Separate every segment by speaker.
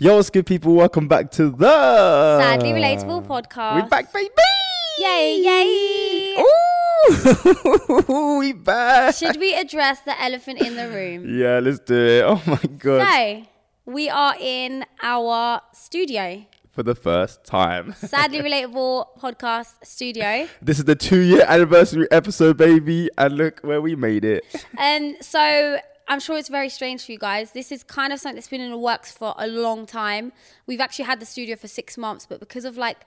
Speaker 1: Yo, what's good, people? Welcome back to the
Speaker 2: Sadly Relatable Podcast.
Speaker 1: Um, We back, baby.
Speaker 2: Yay, yay.
Speaker 1: Ooh, we back.
Speaker 2: Should we address the elephant in the room?
Speaker 1: Yeah, let's do it. Oh my god!
Speaker 2: So, we are in our studio,
Speaker 1: For the first time,
Speaker 2: Sadly Relatable Podcast studio.
Speaker 1: this is the two-year anniversary episode, baby, and look where we made it.
Speaker 2: And Um, so, I'm sure it's very strange for you guys. This is kind of something that's been in the works for a long time. We've actually had the studio for six months, but because of like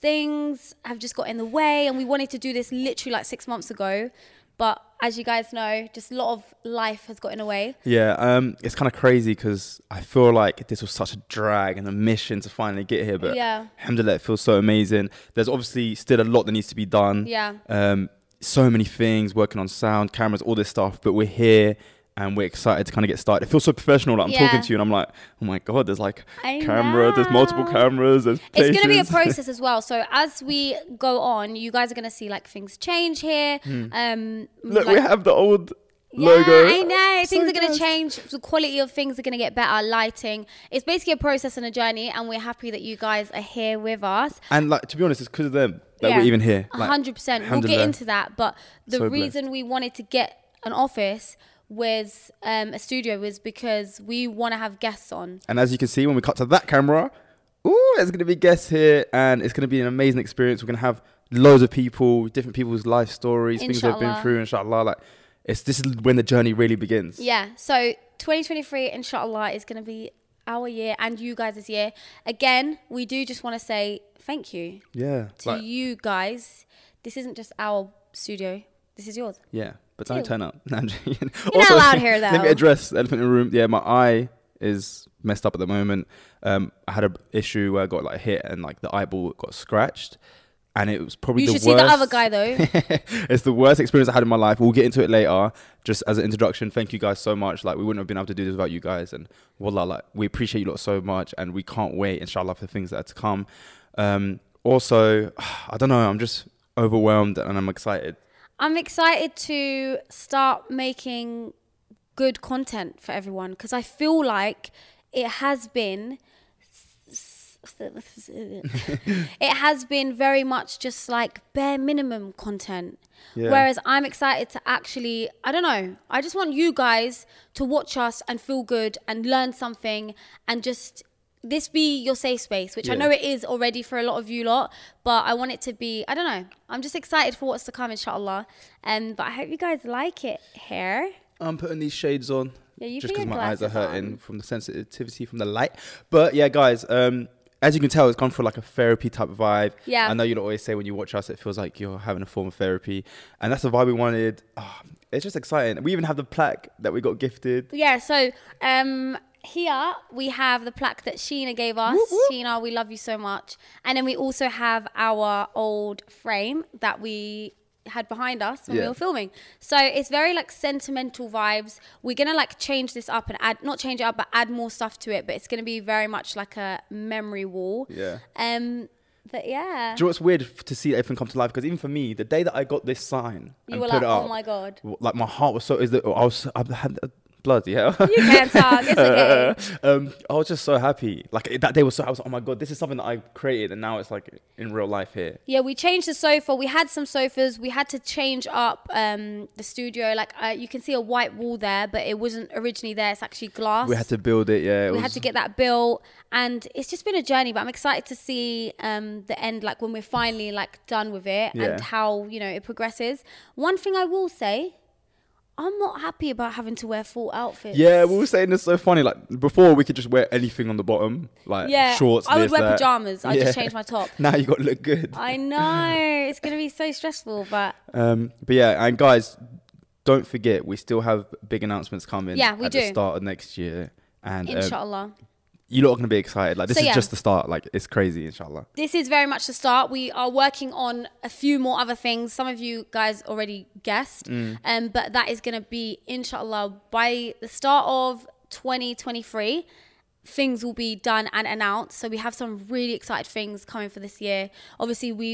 Speaker 2: things have just got in the way, and we wanted to do this literally like six months ago. But as you guys know, just a lot of life has got in the way.
Speaker 1: Yeah, um, it's kind of crazy because I feel like this was such a drag and a mission to finally get here, but
Speaker 2: Yeah.
Speaker 1: alhamdulillah, it feels so amazing. There's obviously still a lot that needs to be done.
Speaker 2: Yeah.
Speaker 1: Um, so many things, working on sound, cameras, all this stuff, but we're here and we're excited to kind of get started. It feels so professional. Like I'm talking
Speaker 2: Yeah.
Speaker 1: to you and I'm like, oh my God, there's like
Speaker 2: I
Speaker 1: camera, there's multiple
Speaker 2: know.
Speaker 1: cameras, there's
Speaker 2: it's going to be a
Speaker 1: places.
Speaker 2: process as well. So as we go on, you guys are going to see like things change here. Um,
Speaker 1: Hmm. Look,
Speaker 2: like-
Speaker 1: we have the old
Speaker 2: yeah,
Speaker 1: logo.
Speaker 2: I know
Speaker 1: So
Speaker 2: things are going to
Speaker 1: nice.
Speaker 2: change. The quality of things are going to get better. Lighting. It's basically a process and a journey, and we're happy that you guys are here with us.
Speaker 1: And like, to be honest, it's because of them that
Speaker 2: Yeah.
Speaker 1: we're even here.
Speaker 2: A
Speaker 1: Like,
Speaker 2: hundred percent. We'll get
Speaker 1: alhamdulillah.
Speaker 2: into that, but the
Speaker 1: So blessed.
Speaker 2: reason we wanted to get an office was um, a studio was because we want to have guests on.
Speaker 1: And as you can see, when we cut to that camera, ooh, there's going to be guests here, and it's going to be an amazing experience. We're going to have loads of people, different people's life stories, things they've been
Speaker 2: Inshallah.
Speaker 1: through, inshallah. Like, it's this is when the journey really begins.
Speaker 2: Yeah. So 2023, inshallah, is going to be our year and you guys' year. Again, we do just want to say thank you
Speaker 1: Yeah.
Speaker 2: to
Speaker 1: like-
Speaker 2: you guys. This isn't just our studio. This is yours.
Speaker 1: yeah. But don't
Speaker 2: Two.
Speaker 1: turn up. No, I'm joking.
Speaker 2: You're not allowed here,
Speaker 1: Let me
Speaker 2: though.
Speaker 1: address the elephant in the room. Yeah, my eye is messed up at the moment. Um, I had an issue where I got like hit and like the eyeball got scratched. And it was probably
Speaker 2: You
Speaker 1: the
Speaker 2: should see
Speaker 1: worst.
Speaker 2: the other guy though.
Speaker 1: it's the worst experience I had in my life. We'll get into it later. Just as an introduction, thank you guys so much. Like we wouldn't have been able to do this without you guys, and wallah, like we appreciate you lot so much, and we can't wait, inshallah, for the things that are to come. Um, also, I don't know. I'm just overwhelmed and I'm excited.
Speaker 2: I'm excited to start making good content for everyone because I feel like it has been it has been very much just like bare minimum content.
Speaker 1: Yeah.
Speaker 2: Whereas I'm excited to actually, I don't know, I just want you guys to watch us and feel good and learn something and just this be your safe space, which I
Speaker 1: Yeah.
Speaker 2: know it is already for a lot of you lot, but I want it to be, I don't know, I'm just excited for what's to come, inshallah. Um, but I hope you guys like it here.
Speaker 1: I'm putting these shades on.
Speaker 2: Yeah, you
Speaker 1: just
Speaker 2: put
Speaker 1: because
Speaker 2: your
Speaker 1: my eyes are
Speaker 2: glasses
Speaker 1: hurting
Speaker 2: on.
Speaker 1: from the sensitivity from the light. But yeah, guys, um, as you can tell, it's gone for like a therapy type vibe.
Speaker 2: Yeah.
Speaker 1: I know you'll always say when you watch us, it feels like you're having a form of therapy. And that's the vibe we wanted. Ah, it's just exciting. We even have the plaque that we got gifted.
Speaker 2: Yeah, so um here we have the plaque that Sheena gave us.
Speaker 1: Whoop, whoop.
Speaker 2: Sheena, we love you so much. And then we also have our old frame that we had behind us when
Speaker 1: Yeah.
Speaker 2: we were filming. So it's very like sentimental vibes. We're gonna like change this up and add not change it up but add more stuff to it, but it's gonna be very much like a memory wall.
Speaker 1: Yeah.
Speaker 2: Um but yeah.
Speaker 1: Do you know what's weird f- to see everything come to life? Because even for me, the day that I got this sign
Speaker 2: You
Speaker 1: and
Speaker 2: were
Speaker 1: put
Speaker 2: like,
Speaker 1: it
Speaker 2: "Oh
Speaker 1: up,
Speaker 2: my God."
Speaker 1: w- Like my heart was so is that I was I had uh, blood. Yeah.
Speaker 2: You can talk, it's okay.
Speaker 1: um, I was just so happy. Like it- that day was so. I was like, oh my god, this is something that I created, and now it's like in real life here.
Speaker 2: Yeah, we changed the sofa. We had some sofas. We had to change up um, the studio. Like uh, you can see a white wall there, but it wasn't originally there. It's actually glass.
Speaker 1: We had to build it. Yeah. It
Speaker 2: We
Speaker 1: was,
Speaker 2: had to get that built, and it's just been a journey. But I'm excited to see um, the end, like when we're finally like done with it,
Speaker 1: Yeah.
Speaker 2: and how you know it progresses. One thing I will say, I'm not happy about having to wear full outfits.
Speaker 1: Yeah, we were saying it's so funny. Like before, we could just wear anything on the bottom, like
Speaker 2: Yeah,
Speaker 1: shorts.
Speaker 2: I would
Speaker 1: this,
Speaker 2: wear
Speaker 1: that.
Speaker 2: pajamas. I just changed my top.
Speaker 1: Now you got to look good.
Speaker 2: I know it's gonna be so stressful, but
Speaker 1: Um, but yeah, and guys, don't forget we still have big announcements coming.
Speaker 2: Yeah, we
Speaker 1: at the
Speaker 2: do.
Speaker 1: start of next year, and um,
Speaker 2: inshallah.
Speaker 1: you lot are gonna be excited. Like this
Speaker 2: So,
Speaker 1: is
Speaker 2: yeah.
Speaker 1: just the start. Like it's crazy, inshallah.
Speaker 2: this is very much the start. We are working on a few more other things. Some of you guys already guessed,
Speaker 1: Mm.
Speaker 2: um, but that is going to be, inshallah, by the start of 2023. Things will be done and announced. So we have some really excited things coming for this year. Obviously, we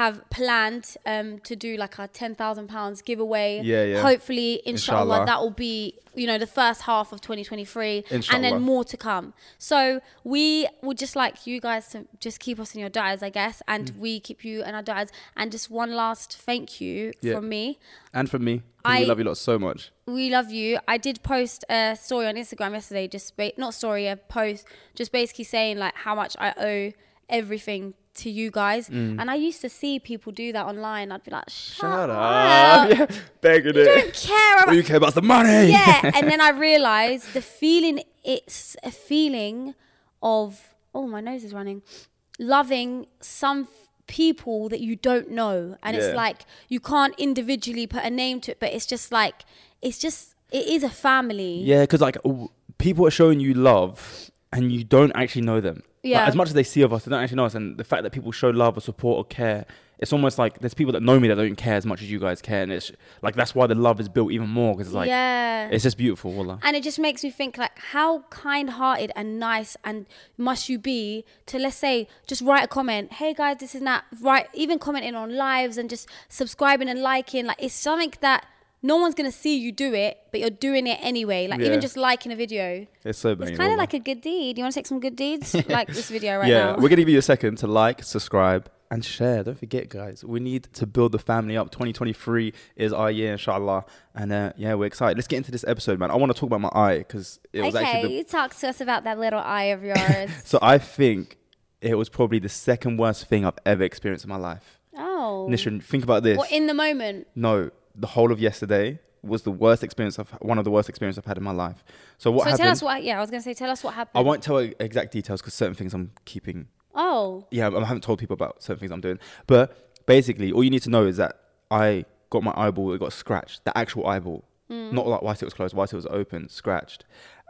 Speaker 2: have planned um, to do like our ten thousand pounds giveaway.
Speaker 1: Yeah, yeah.
Speaker 2: Hopefully, inshallah,
Speaker 1: Inshallah.
Speaker 2: that will be you know the first half of 2023, and
Speaker 1: Inshallah.
Speaker 2: then more to come. So we would just like you guys to just keep us in your diets, I guess, and
Speaker 1: Mm.
Speaker 2: we keep you in our diets. And just one last thank you
Speaker 1: Yeah.
Speaker 2: from me.
Speaker 1: And from me, 'cause
Speaker 2: I-
Speaker 1: we love you lot so much.
Speaker 2: we love you. I did post a story on Instagram yesterday, just ba- not story, a post, just basically saying like how much I owe everything to you guys. And I used to see people do that online. I'd be like, shut,
Speaker 1: Mm. Shut
Speaker 2: up.
Speaker 1: up, yeah, begging
Speaker 2: You
Speaker 1: it.
Speaker 2: don't care
Speaker 1: All
Speaker 2: about
Speaker 1: you care about is the money.
Speaker 2: yeah. And then I realized the feeling, it's a feeling of, oh, my nose is running, loving some f- people that you don't know. And
Speaker 1: Yeah.
Speaker 2: it's like, you can't individually put a name to it, but it's just like, it's just, it is a family.
Speaker 1: Yeah, because like w- people are showing you love and you don't actually know them. Like,
Speaker 2: Yeah.
Speaker 1: as much as they see of us, they don't actually know us. And the fact that people show love or support or care, it's almost like there's people that know me that don't care as much as you guys care. And it's like that's why the love is built even more because like
Speaker 2: yeah.
Speaker 1: it's just beautiful. Wallah.
Speaker 2: and it just makes me think like how kind-hearted and nice and must you be to let's say just write a comment hey guys this is not right even commenting on lives and just subscribing and liking like it's something that no one's gonna see you do it but you're doing it anyway like
Speaker 1: Yeah.
Speaker 2: even just liking a video
Speaker 1: It's so
Speaker 2: it's
Speaker 1: banging,
Speaker 2: kind
Speaker 1: wallah.
Speaker 2: of like a good deed you want to take some good deeds like this video right
Speaker 1: yeah,
Speaker 2: now
Speaker 1: we're gonna give you a second to like, subscribe, and share. Don't forget, guys, we need to build the family up. 2023 is our year, inshallah. And uh, yeah, we're excited. Let's get into this episode, man. I want to talk about my eye because it was
Speaker 2: okay
Speaker 1: actually the
Speaker 2: you talk to us about that little eye of yours
Speaker 1: So I think it was probably the second worst thing I've ever experienced in my life.
Speaker 2: oh
Speaker 1: Nishan, think about this.
Speaker 2: well in the moment
Speaker 1: no, the whole of yesterday was the worst experience I've one of the worst experience I've had in my life. So what
Speaker 2: so
Speaker 1: happened?
Speaker 2: tell us what yeah i was gonna say tell us what happened
Speaker 1: I won't tell e-, exact details because certain things I'm keeping.
Speaker 2: oh
Speaker 1: Yeah, I haven't told people about certain things I'm doing. But basically, all you need to know is that I got my eyeball. It got scratched. The actual eyeball, not like whilst it was closed, whilst it was open, scratched.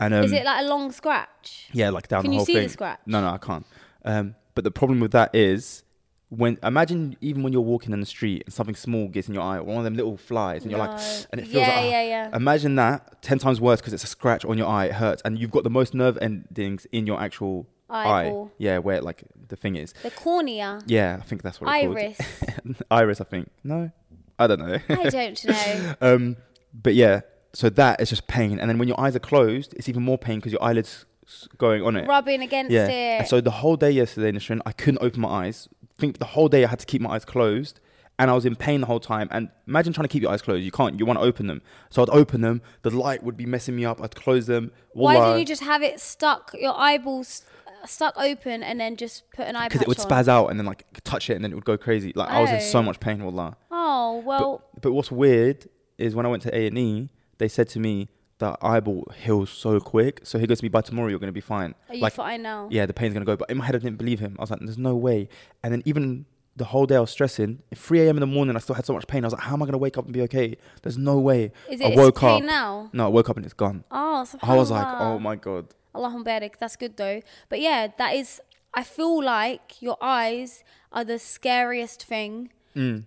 Speaker 1: And um,
Speaker 2: Hmm. is it like a long scratch
Speaker 1: Yeah, like down
Speaker 2: Can
Speaker 1: the
Speaker 2: you
Speaker 1: whole
Speaker 2: see
Speaker 1: thing.
Speaker 2: the scratch?
Speaker 1: No, no, I can't. Um, but the problem with that is when imagine even when you're walking in the street and something small gets in your eye, one of them little flies, and you're like,
Speaker 2: No.
Speaker 1: and it feels
Speaker 2: Yeah,
Speaker 1: like, ah.
Speaker 2: yeah, yeah.
Speaker 1: Imagine that ten times worse because it's a scratch on your eye, it hurts, and you've got the most nerve endings in your actual
Speaker 2: Eyeball.
Speaker 1: eye. Yeah, where like the thing is.
Speaker 2: The cornea.
Speaker 1: Yeah, I think that's what it's called.
Speaker 2: Iris.
Speaker 1: Iris, I think. No, I don't know.
Speaker 2: I don't know.
Speaker 1: Um, but yeah, so that is just pain, and then when your eyes are closed, it's even more pain because your eyelids s- going on it.
Speaker 2: Rubbing against
Speaker 1: Yeah.
Speaker 2: it.
Speaker 1: And so the whole day yesterday, Nishan, I couldn't open my eyes. Think the whole day I had to keep my eyes closed, and I was in pain the whole time. And imagine trying to keep your eyes closed. You can't. You want to open them. So I'd open them. The light would be messing me up. I'd close them.
Speaker 2: Why
Speaker 1: Wallah,
Speaker 2: didn't you just have it stuck, your eyeballs uh, stuck open, and then just put an eye
Speaker 1: Because it
Speaker 2: patch
Speaker 1: would
Speaker 2: on?
Speaker 1: spazz out and then like touch it and then it would go crazy. Like I was in so
Speaker 2: Oh.
Speaker 1: much pain. Wallah.
Speaker 2: Oh well.
Speaker 1: But, but what's weird is when I went to A and E, they said to me that eyeball heals so quick. So he goes to me by tomorrow, you're gonna be fine.
Speaker 2: Are you
Speaker 1: like
Speaker 2: fine now?
Speaker 1: yeah, the pain's gonna go. But in my head, I didn't believe him. I was like, there's no way. And then even the whole day I was stressing. At 3 a.m. in the morning, I still had so much pain. I was like, how am I gonna wake up and be okay? There's no way.
Speaker 2: Is
Speaker 1: I
Speaker 2: it
Speaker 1: woke
Speaker 2: pain
Speaker 1: up.
Speaker 2: now?
Speaker 1: No, I woke up and it's gone.
Speaker 2: Oh,
Speaker 1: I was like,
Speaker 2: subhanallah.
Speaker 1: oh my god.
Speaker 2: Allahumma barik. That's good though. But yeah, that is. I feel like your eyes are the scariest thing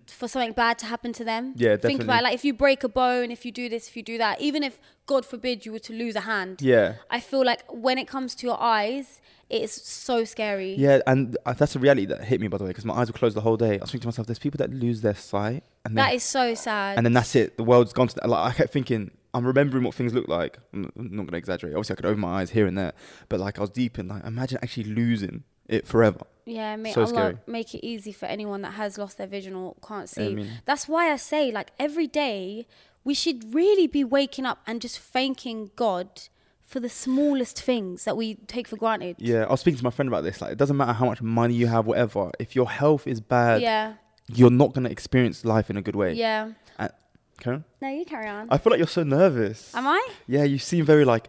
Speaker 2: for something bad to happen to them.
Speaker 1: Mm. Yeah,
Speaker 2: Think about
Speaker 1: definitely.
Speaker 2: it. like if you break a bone, if you do this, if you do that, even if God forbid you were to lose a hand.
Speaker 1: Yeah.
Speaker 2: I feel like when it comes to your eyes, it's so scary.
Speaker 1: Yeah, and uh, that's a reality that hit me by the way, because my eyes were closed the whole day. I was thinking to myself, there's people that lose their sight and they
Speaker 2: That is so sad.
Speaker 1: and then that's it. The world's gone to that. Like I kept thinking, I'm remembering what things look like. I'm not- I'm not gonna exaggerate. Obviously, I could open my eyes here and there, but like I was deep in like, imagine actually losing it forever.
Speaker 2: yeah, may
Speaker 1: so
Speaker 2: Allah
Speaker 1: scary.
Speaker 2: make it easy for anyone that has lost their vision or can't see.
Speaker 1: Ameen.
Speaker 2: That's why I say, like, every day we should really be waking up and just thanking God for the smallest things that we take for granted.
Speaker 1: Yeah, I was speaking to my friend about this. Like, it doesn't matter how much money you have, whatever. If your health is bad,
Speaker 2: Yeah.
Speaker 1: you're not gonna experience life in a good way.
Speaker 2: yeah.
Speaker 1: And, Karen,
Speaker 2: No, you carry on.
Speaker 1: I feel like you're so nervous.
Speaker 2: Am I?
Speaker 1: yeah, you seem very like.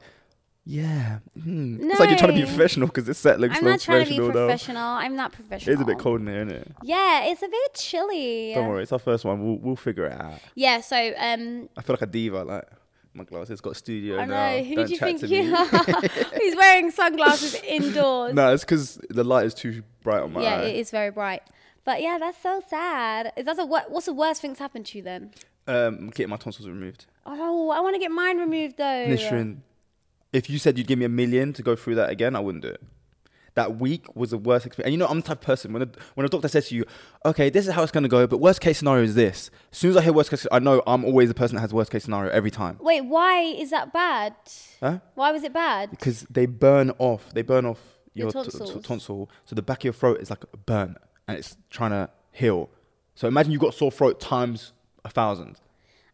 Speaker 1: Yeah, mm. it's like you're trying to be
Speaker 2: No.
Speaker 1: professional because this set looks
Speaker 2: I'm
Speaker 1: so
Speaker 2: not trying to be
Speaker 1: professional. now.
Speaker 2: professional. I'm not professional.
Speaker 1: It's a bit cold in here, isn't it?
Speaker 2: Yeah, it's a bit chilly.
Speaker 1: Don't worry, it's our first one. We'll we'll figure it out.
Speaker 2: Yeah, so um,
Speaker 1: I feel like a diva. Like my glasses got studio
Speaker 2: I
Speaker 1: now.
Speaker 2: know. Who
Speaker 1: Don't
Speaker 2: do you
Speaker 1: chat
Speaker 2: think
Speaker 1: to
Speaker 2: you
Speaker 1: me.
Speaker 2: are? He's wearing sunglasses indoors.
Speaker 1: no, it's because the light is too bright on my
Speaker 2: yeah,
Speaker 1: eye.
Speaker 2: it is very bright. But yeah, that's so sad. Is that the wor- what's the worst thing's happened to you then?
Speaker 1: Um, getting my tonsils removed.
Speaker 2: Oh, I want to get mine removed though.
Speaker 1: Nishrin, if you said you'd give me a million to go through that again, I wouldn't do it. that week was the worst experience. And you know, I'm the type of person when a, when a doctor says to you, okay, this is how it's gonna go, but worst case scenario is this. As soon as I hear worst case, I know I'm always the person that has worst case scenario every time.
Speaker 2: Wait, why is that bad?
Speaker 1: Huh?
Speaker 2: Why was it bad?
Speaker 1: because they burn off they burn off
Speaker 2: Your
Speaker 1: your, t-
Speaker 2: tonsils.
Speaker 1: t- tonsil so the back of your throat is like a burn and it's trying to heal so imagine you've got sore throat times a thousand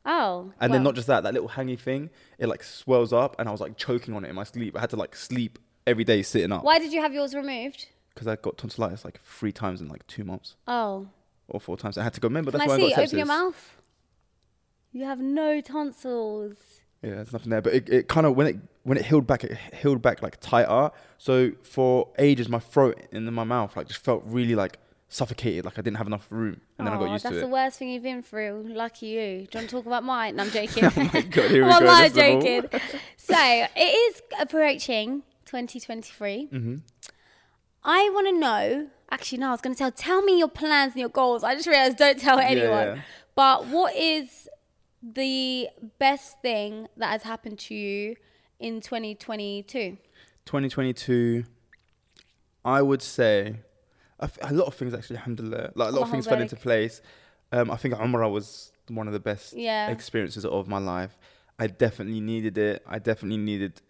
Speaker 2: Oh.
Speaker 1: and then
Speaker 2: well,
Speaker 1: not just that that little hangy thing it like swells up and i was like choking on it in my sleep i had to like sleep every day sitting up
Speaker 2: Why did you have yours removed?
Speaker 1: because i got tonsillitis like three times in like two months
Speaker 2: Oh.
Speaker 1: or four times i had to go remember
Speaker 2: Can
Speaker 1: that's
Speaker 2: I
Speaker 1: why
Speaker 2: see?
Speaker 1: i got sepsis
Speaker 2: Open your mouth. You have no tonsils.
Speaker 1: Yeah, there's nothing there. But it, it kind of when it when it healed back, it healed back like tighter. So for ages, my throat and then my mouth like just felt really like suffocated, like I didn't have enough room. And then I
Speaker 2: Aw,
Speaker 1: got used
Speaker 2: that's
Speaker 1: to
Speaker 2: the
Speaker 1: it.
Speaker 2: worst thing you've been through. Lucky you. Do you want to talk about mine? No, I'm joking.
Speaker 1: Oh my God, here we
Speaker 2: Well,
Speaker 1: go.
Speaker 2: I'm
Speaker 1: That's the ball.
Speaker 2: joking. so it is approaching 2023.
Speaker 1: Mm-hmm.
Speaker 2: I want to know. Actually, no, I was going to tell. Tell me your plans and your goals. I just realized don't tell anyone.
Speaker 1: yeah.
Speaker 2: But what is the best thing that has happened to you in 2022?
Speaker 1: 2022, I would say a, f- a lot of things actually, alhamdulillah, like a lot of things fell
Speaker 2: Alhamdulillah.
Speaker 1: into place. Um, I think Umrah was one of the best
Speaker 2: Yeah.
Speaker 1: experiences of my life. I definitely needed it. I definitely needed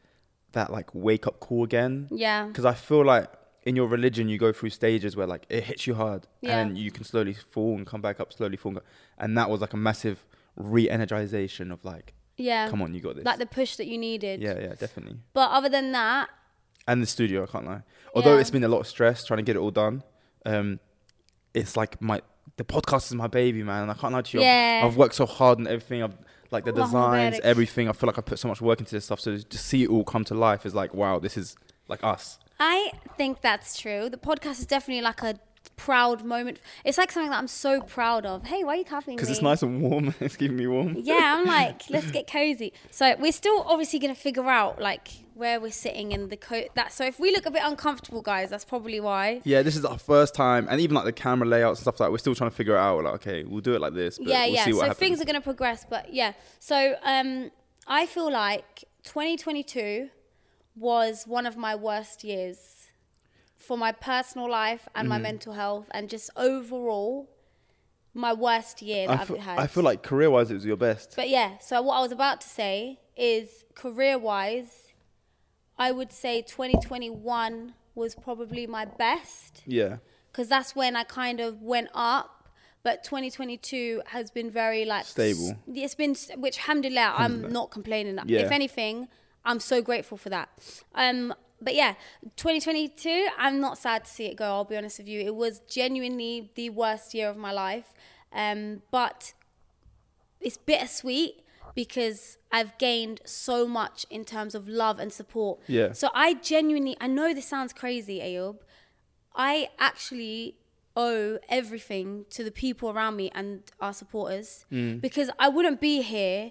Speaker 1: that like wake up call again.
Speaker 2: Yeah.
Speaker 1: because I feel like in your religion you go through stages where like it hits you hard
Speaker 2: Yeah.
Speaker 1: and you can slowly fall and come back up, slowly fall, and, go- and that was like a massive re-energization of like,
Speaker 2: Yeah.
Speaker 1: come on, you got this.
Speaker 2: Like the push that you needed.
Speaker 1: yeah, yeah, definitely.
Speaker 2: But other than that,
Speaker 1: And the studio, I can't lie. Although
Speaker 2: Yeah.
Speaker 1: it's been a lot of stress trying to get it all done, um, it's like my the podcast is my baby, man, and I can't lie to you. I've-
Speaker 2: Yeah.
Speaker 1: I've, worked so hard and everything. I've like the
Speaker 2: Allahumma
Speaker 1: designs,
Speaker 2: barik.
Speaker 1: everything. I feel like I put so much work into this stuff. So to see it all come to life is like, wow, this is like us.
Speaker 2: I think that's true. The podcast is definitely like a proud moment. It's like something that I'm so proud of. Hey, why are you clapping?
Speaker 1: Because
Speaker 2: me?
Speaker 1: it's nice and warm. it's keeping me warm.
Speaker 2: Yeah, I'm like, let's get cozy. So we're still obviously gonna figure out like where we're sitting and the coat. That so if we look a bit uncomfortable, guys, that's probably why.
Speaker 1: Yeah, this is our first time, and even like the camera layouts and stuff like we're still trying to figure it out. Like, okay, we'll do it like this, but
Speaker 2: yeah,
Speaker 1: we'll
Speaker 2: yeah.
Speaker 1: see what
Speaker 2: so
Speaker 1: happens.
Speaker 2: things are going to progress, but yeah. So um, I feel like 2022 was one of my worst years for my personal life and
Speaker 1: Mm.
Speaker 2: my mental health, and just overall, my worst year that
Speaker 1: I,
Speaker 2: I've
Speaker 1: feel,
Speaker 2: had.
Speaker 1: I feel like career-wise, it was your best.
Speaker 2: But yeah, so what I was about to say is career wise, I would say 2021 was probably my best
Speaker 1: Yeah,
Speaker 2: because that's when I kind of went up. But 2022 has been very like
Speaker 1: Stable.
Speaker 2: s- It's been s- which alhamdulillah, I'm not complaining.
Speaker 1: Yeah.
Speaker 2: If anything, I'm so grateful for that. Um, but yeah, 2022, I'm not sad to see it go. I'll be honest with you, it was genuinely the worst year of my life. Um, but it's bittersweet because I've gained so much in terms of love and support.
Speaker 1: Yeah.
Speaker 2: So I genuinely, I know this sounds crazy, Ayub. I actually owe everything to the people around me and our supporters because I wouldn't be here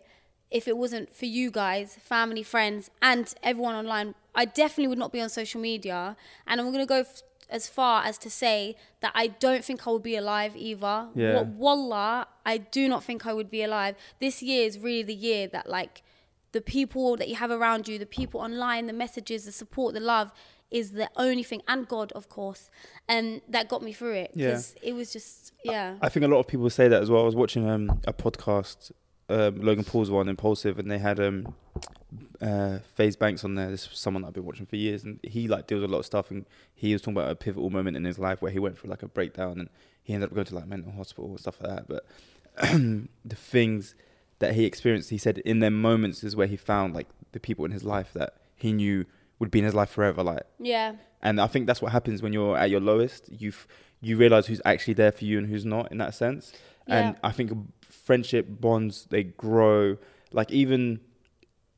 Speaker 2: if it wasn't for you guys, family, friends, and everyone online. I definitely would not be on social media. And I'm going to go f- as far as to say that I don't think I would be alive either.
Speaker 1: Yeah.
Speaker 2: Wa- wallah, I do not think I would be alive. This year is really the year that, like, the people that you have around you, the people online, the messages, the support, the love is the only thing, and God, of course, and that got me through it.
Speaker 1: Yeah.
Speaker 2: 'Cause it was just, yeah.
Speaker 1: I think a lot of people say that as well. I was watching um, a podcast, um, Logan Paul's one, Impulsive, and they had um, uh, Faze Banks on there. This is someone that I've been watching for years, and he like deals with a lot of stuff. And he was talking about a pivotal moment in his life where he went through like a breakdown, and he ended up going to like mental hospital and stuff like that. But the things that he experienced, he said in their moments is where he found like the people in his life that he knew would be in his life forever. Like
Speaker 2: yeah.
Speaker 1: and I think that's what happens when you're at your lowest. You you realize who's actually there for you and who's not in that sense. And
Speaker 2: Yeah.
Speaker 1: I think friendship bonds they grow. Like even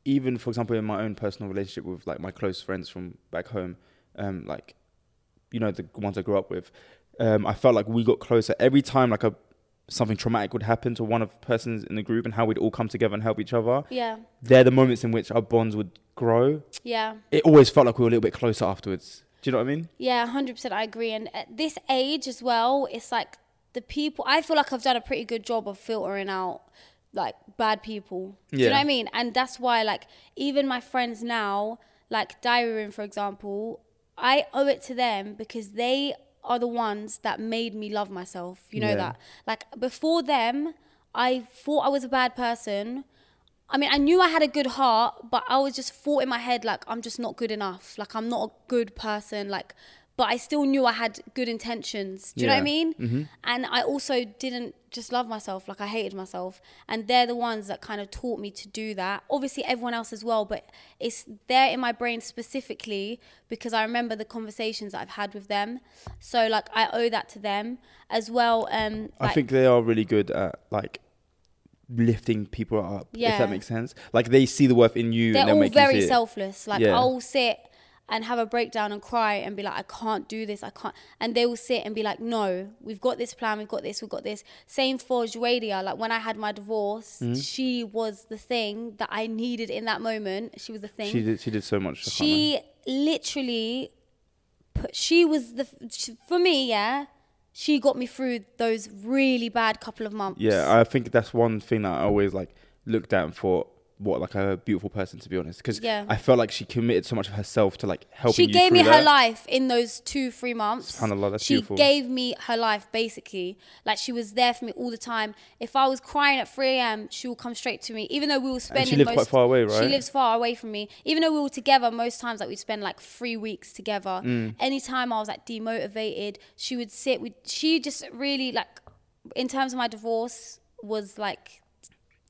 Speaker 1: even for example in my own personal relationship with like my close friends from back home, um, like you know the ones I grew up with, um, I felt like we got closer every time like a something traumatic would happen to one of persons in the group and how we'd all come together and help each other.
Speaker 2: Yeah.
Speaker 1: They're the moments in which our bonds would grow.
Speaker 2: Yeah.
Speaker 1: It always felt like we were a little bit closer afterwards. Do you know what I mean?
Speaker 2: Yeah, 100% I agree. And at this age as well, it's like the people, I feel like I've done a pretty good job of filtering out like bad people. Do you know
Speaker 1: Yeah.
Speaker 2: what I mean? And that's why, like, even my friends now, like Diary Room, for example, I owe it to them because they are the ones that made me love myself. You know
Speaker 1: Yeah.
Speaker 2: that. Like before them, I thought I was a bad person. I mean, I knew I had a good heart, but I was just thought in my head like I'm just not good enough. Like I'm not a good person. Like, but I still knew I had good intentions. Do you know what I
Speaker 1: Yeah. Mm-hmm.
Speaker 2: mean? And I also didn't just love myself. Like I hated myself, and they're the ones that kind of taught me to do that. Obviously, everyone else as well, but it's there in my brain specifically because I remember the conversations that I've had with them. So like I owe that to them as well. Um,
Speaker 1: I
Speaker 2: like-
Speaker 1: think they are really good at like lifting people up. If
Speaker 2: Yeah.
Speaker 1: that makes sense, like they see the worth in you.
Speaker 2: they're
Speaker 1: and they'll
Speaker 2: all
Speaker 1: make you
Speaker 2: very
Speaker 1: see it.
Speaker 2: selfless. Like
Speaker 1: Yeah.
Speaker 2: I'll sit and have a breakdown and cry and be like, I can't do this. I can't. And they will sit and be like, No, we've got this plan. We've got this. We've got this. Same for Joadia. Like when I had my divorce,
Speaker 1: Mm-hmm.
Speaker 2: she was the thing that I needed in that moment. She was the thing.
Speaker 1: She did. She did so much. I can't remember.
Speaker 2: She literally, put, she was the she, for me. Yeah, she got me through those really bad couple of months.
Speaker 1: Yeah, I think that's one thing that I always like looked at and thought, what like a beautiful person to be honest, because
Speaker 2: Yeah.
Speaker 1: I felt like she committed so much of herself to like helping.
Speaker 2: she
Speaker 1: you
Speaker 2: gave me
Speaker 1: through
Speaker 2: her
Speaker 1: that.
Speaker 2: life in those two three months
Speaker 1: Subhanallah, that's
Speaker 2: she
Speaker 1: beautiful.
Speaker 2: gave me her life basically like she was there for me all the time if i was crying at 3am she would come straight to me even though we were spending
Speaker 1: lived
Speaker 2: most,
Speaker 1: quite far away,
Speaker 2: she
Speaker 1: right?
Speaker 2: lives far away from me even though we were together most times like we'd spend like three weeks together
Speaker 1: Mm.
Speaker 2: anytime i was like demotivated she would sit with she just really like in terms of my divorce was like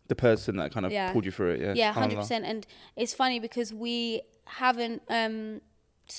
Speaker 1: The person that kind of
Speaker 2: Yeah.
Speaker 1: pulled you through it. Yeah.
Speaker 2: yeah, hundred
Speaker 1: subhanallah.
Speaker 2: percent. And it's funny because we haven't um,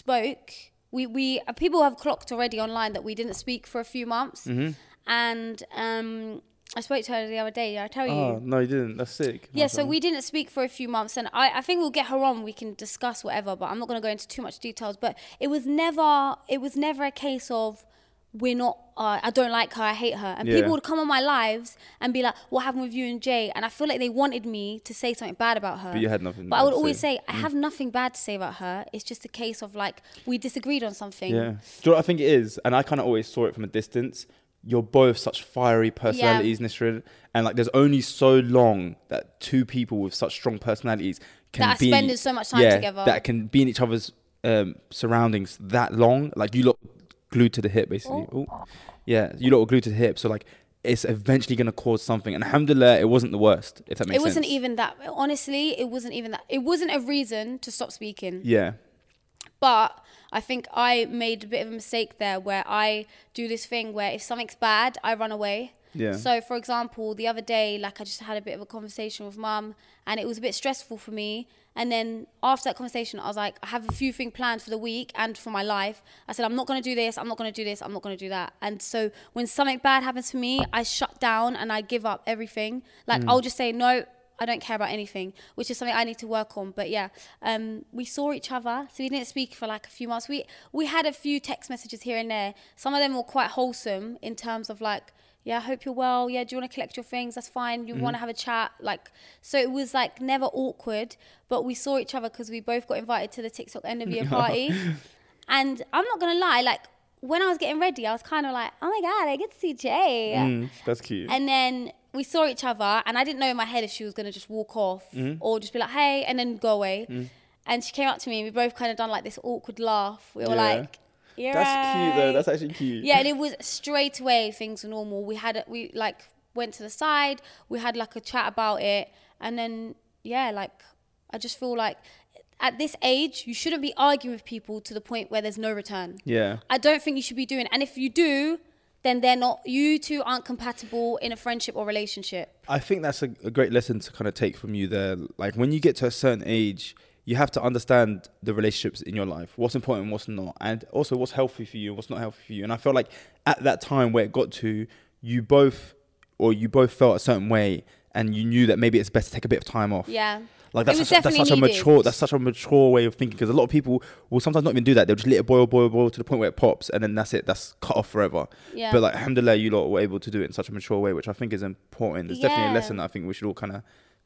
Speaker 2: spoke. We we uh, people have clocked already online that we didn't speak for a few months,
Speaker 1: Mm-hmm.
Speaker 2: and um, I spoke to her the other day. I tell you,
Speaker 1: Oh no, you didn't. That's sick.
Speaker 2: yeah, so we didn't speak for a few months, and I, I think we'll get her on. We can discuss whatever, but I'm not going to go into too much details. But it was never, it was never a case of we're not. Uh, I don't like her. I hate her. And
Speaker 1: Yeah.
Speaker 2: people would come on my lives and be like, "What happened with you and Jay?" And I feel like they wanted me to say something bad about her.
Speaker 1: But you had nothing
Speaker 2: But I
Speaker 1: bad
Speaker 2: would
Speaker 1: to
Speaker 2: always
Speaker 1: say. Mm.
Speaker 2: say, "I have nothing bad to say about her." It's just a case of like we disagreed on something.
Speaker 1: Yeah. Do you know what I think it is? And I kind of always saw it from a distance. You're both such fiery personalities, Nisrin. And like, there's only so long that two people with such strong personalities can
Speaker 2: That are
Speaker 1: be.
Speaker 2: spending so much time
Speaker 1: yeah,
Speaker 2: together.
Speaker 1: That can be in each other's um, surroundings that long. Like, you lot glued to the hip, basically.
Speaker 2: Oh.
Speaker 1: Ooh. Yeah, you lot were glued to the hip. So, like, it's eventually going to cause something. And alhamdulillah, it wasn't the worst, if that makes
Speaker 2: It
Speaker 1: sense.
Speaker 2: wasn't even that. Honestly, it wasn't even that. It wasn't a reason to stop speaking.
Speaker 1: Yeah.
Speaker 2: But I think I made a bit of a mistake there where I do this thing where if something's bad, I run away.
Speaker 1: Yeah.
Speaker 2: So, for example, the other day, like I just had a bit of a conversation with mum and it was a bit stressful for me. And then after that conversation, I was like, I have a few things planned for the week and for my life. I said, I'm not going to do this, I'm not going to do this, I'm not going to do that. And so when something bad happens to me, I shut down and I give up everything. Like, I'll just say, no, I don't care about anything, which is something I need to work on. But yeah, um, we saw each other, so we didn't speak for like a few months. We we had a few text messages here and there. Some of them were quite wholesome in terms of like, yeah, I hope you're well. Yeah, do you want to collect your things? That's fine. You
Speaker 1: Mm-hmm.
Speaker 2: want to have a chat, like so. It was like never awkward, but we saw each other because we both got invited to the TikTok end of year party. And I'm not gonna lie, like when I was getting ready, I was kind of like, oh my god, I get to see Jay.
Speaker 1: Mm, that's cute.
Speaker 2: And then we saw each other, and I didn't know in my head if she was gonna just walk off
Speaker 1: Mm-hmm.
Speaker 2: or just be like, "Hey," and then go away.
Speaker 1: Mm.
Speaker 2: And she came up to me, and we both kind of done like this awkward laugh. We
Speaker 1: Yeah.
Speaker 2: were like, "Yeah."
Speaker 1: That's cute, though. That's actually cute.
Speaker 2: yeah, and it was straight away things were normal. We had a- we like went to the side. We had like a chat about it, and then yeah, like I just feel like at this age you shouldn't be arguing with people to the point where there's no return.
Speaker 1: Yeah.
Speaker 2: I don't think you should be doing. And if you do, then they're not. You two aren't compatible in a friendship or relationship.
Speaker 1: I think that's a, a great lesson to kind of take from you there. Like when you get to a certain age, you have to understand the relationships in your life, what's important, and what's not, and also what's healthy for you and what's not healthy for you. And I felt like at that time where it got to, you both or you both felt a certain way, and you knew that maybe it's best to take a bit of time off.
Speaker 2: Yeah.
Speaker 1: Like
Speaker 2: It
Speaker 1: that's
Speaker 2: was
Speaker 1: such, that's
Speaker 2: definitely
Speaker 1: such a
Speaker 2: needed.
Speaker 1: mature that's such a mature way of thinking because a lot of people will sometimes not even do that. They'll just let it boil, boil, boil to the point where it pops, and then that's it. That's cut off forever.
Speaker 2: Yeah.
Speaker 1: But like, alhamdulillah, you lot were able to do it in such a mature way, which I think is important. It's definitely a
Speaker 2: Yeah.
Speaker 1: lesson that I think we should all kind of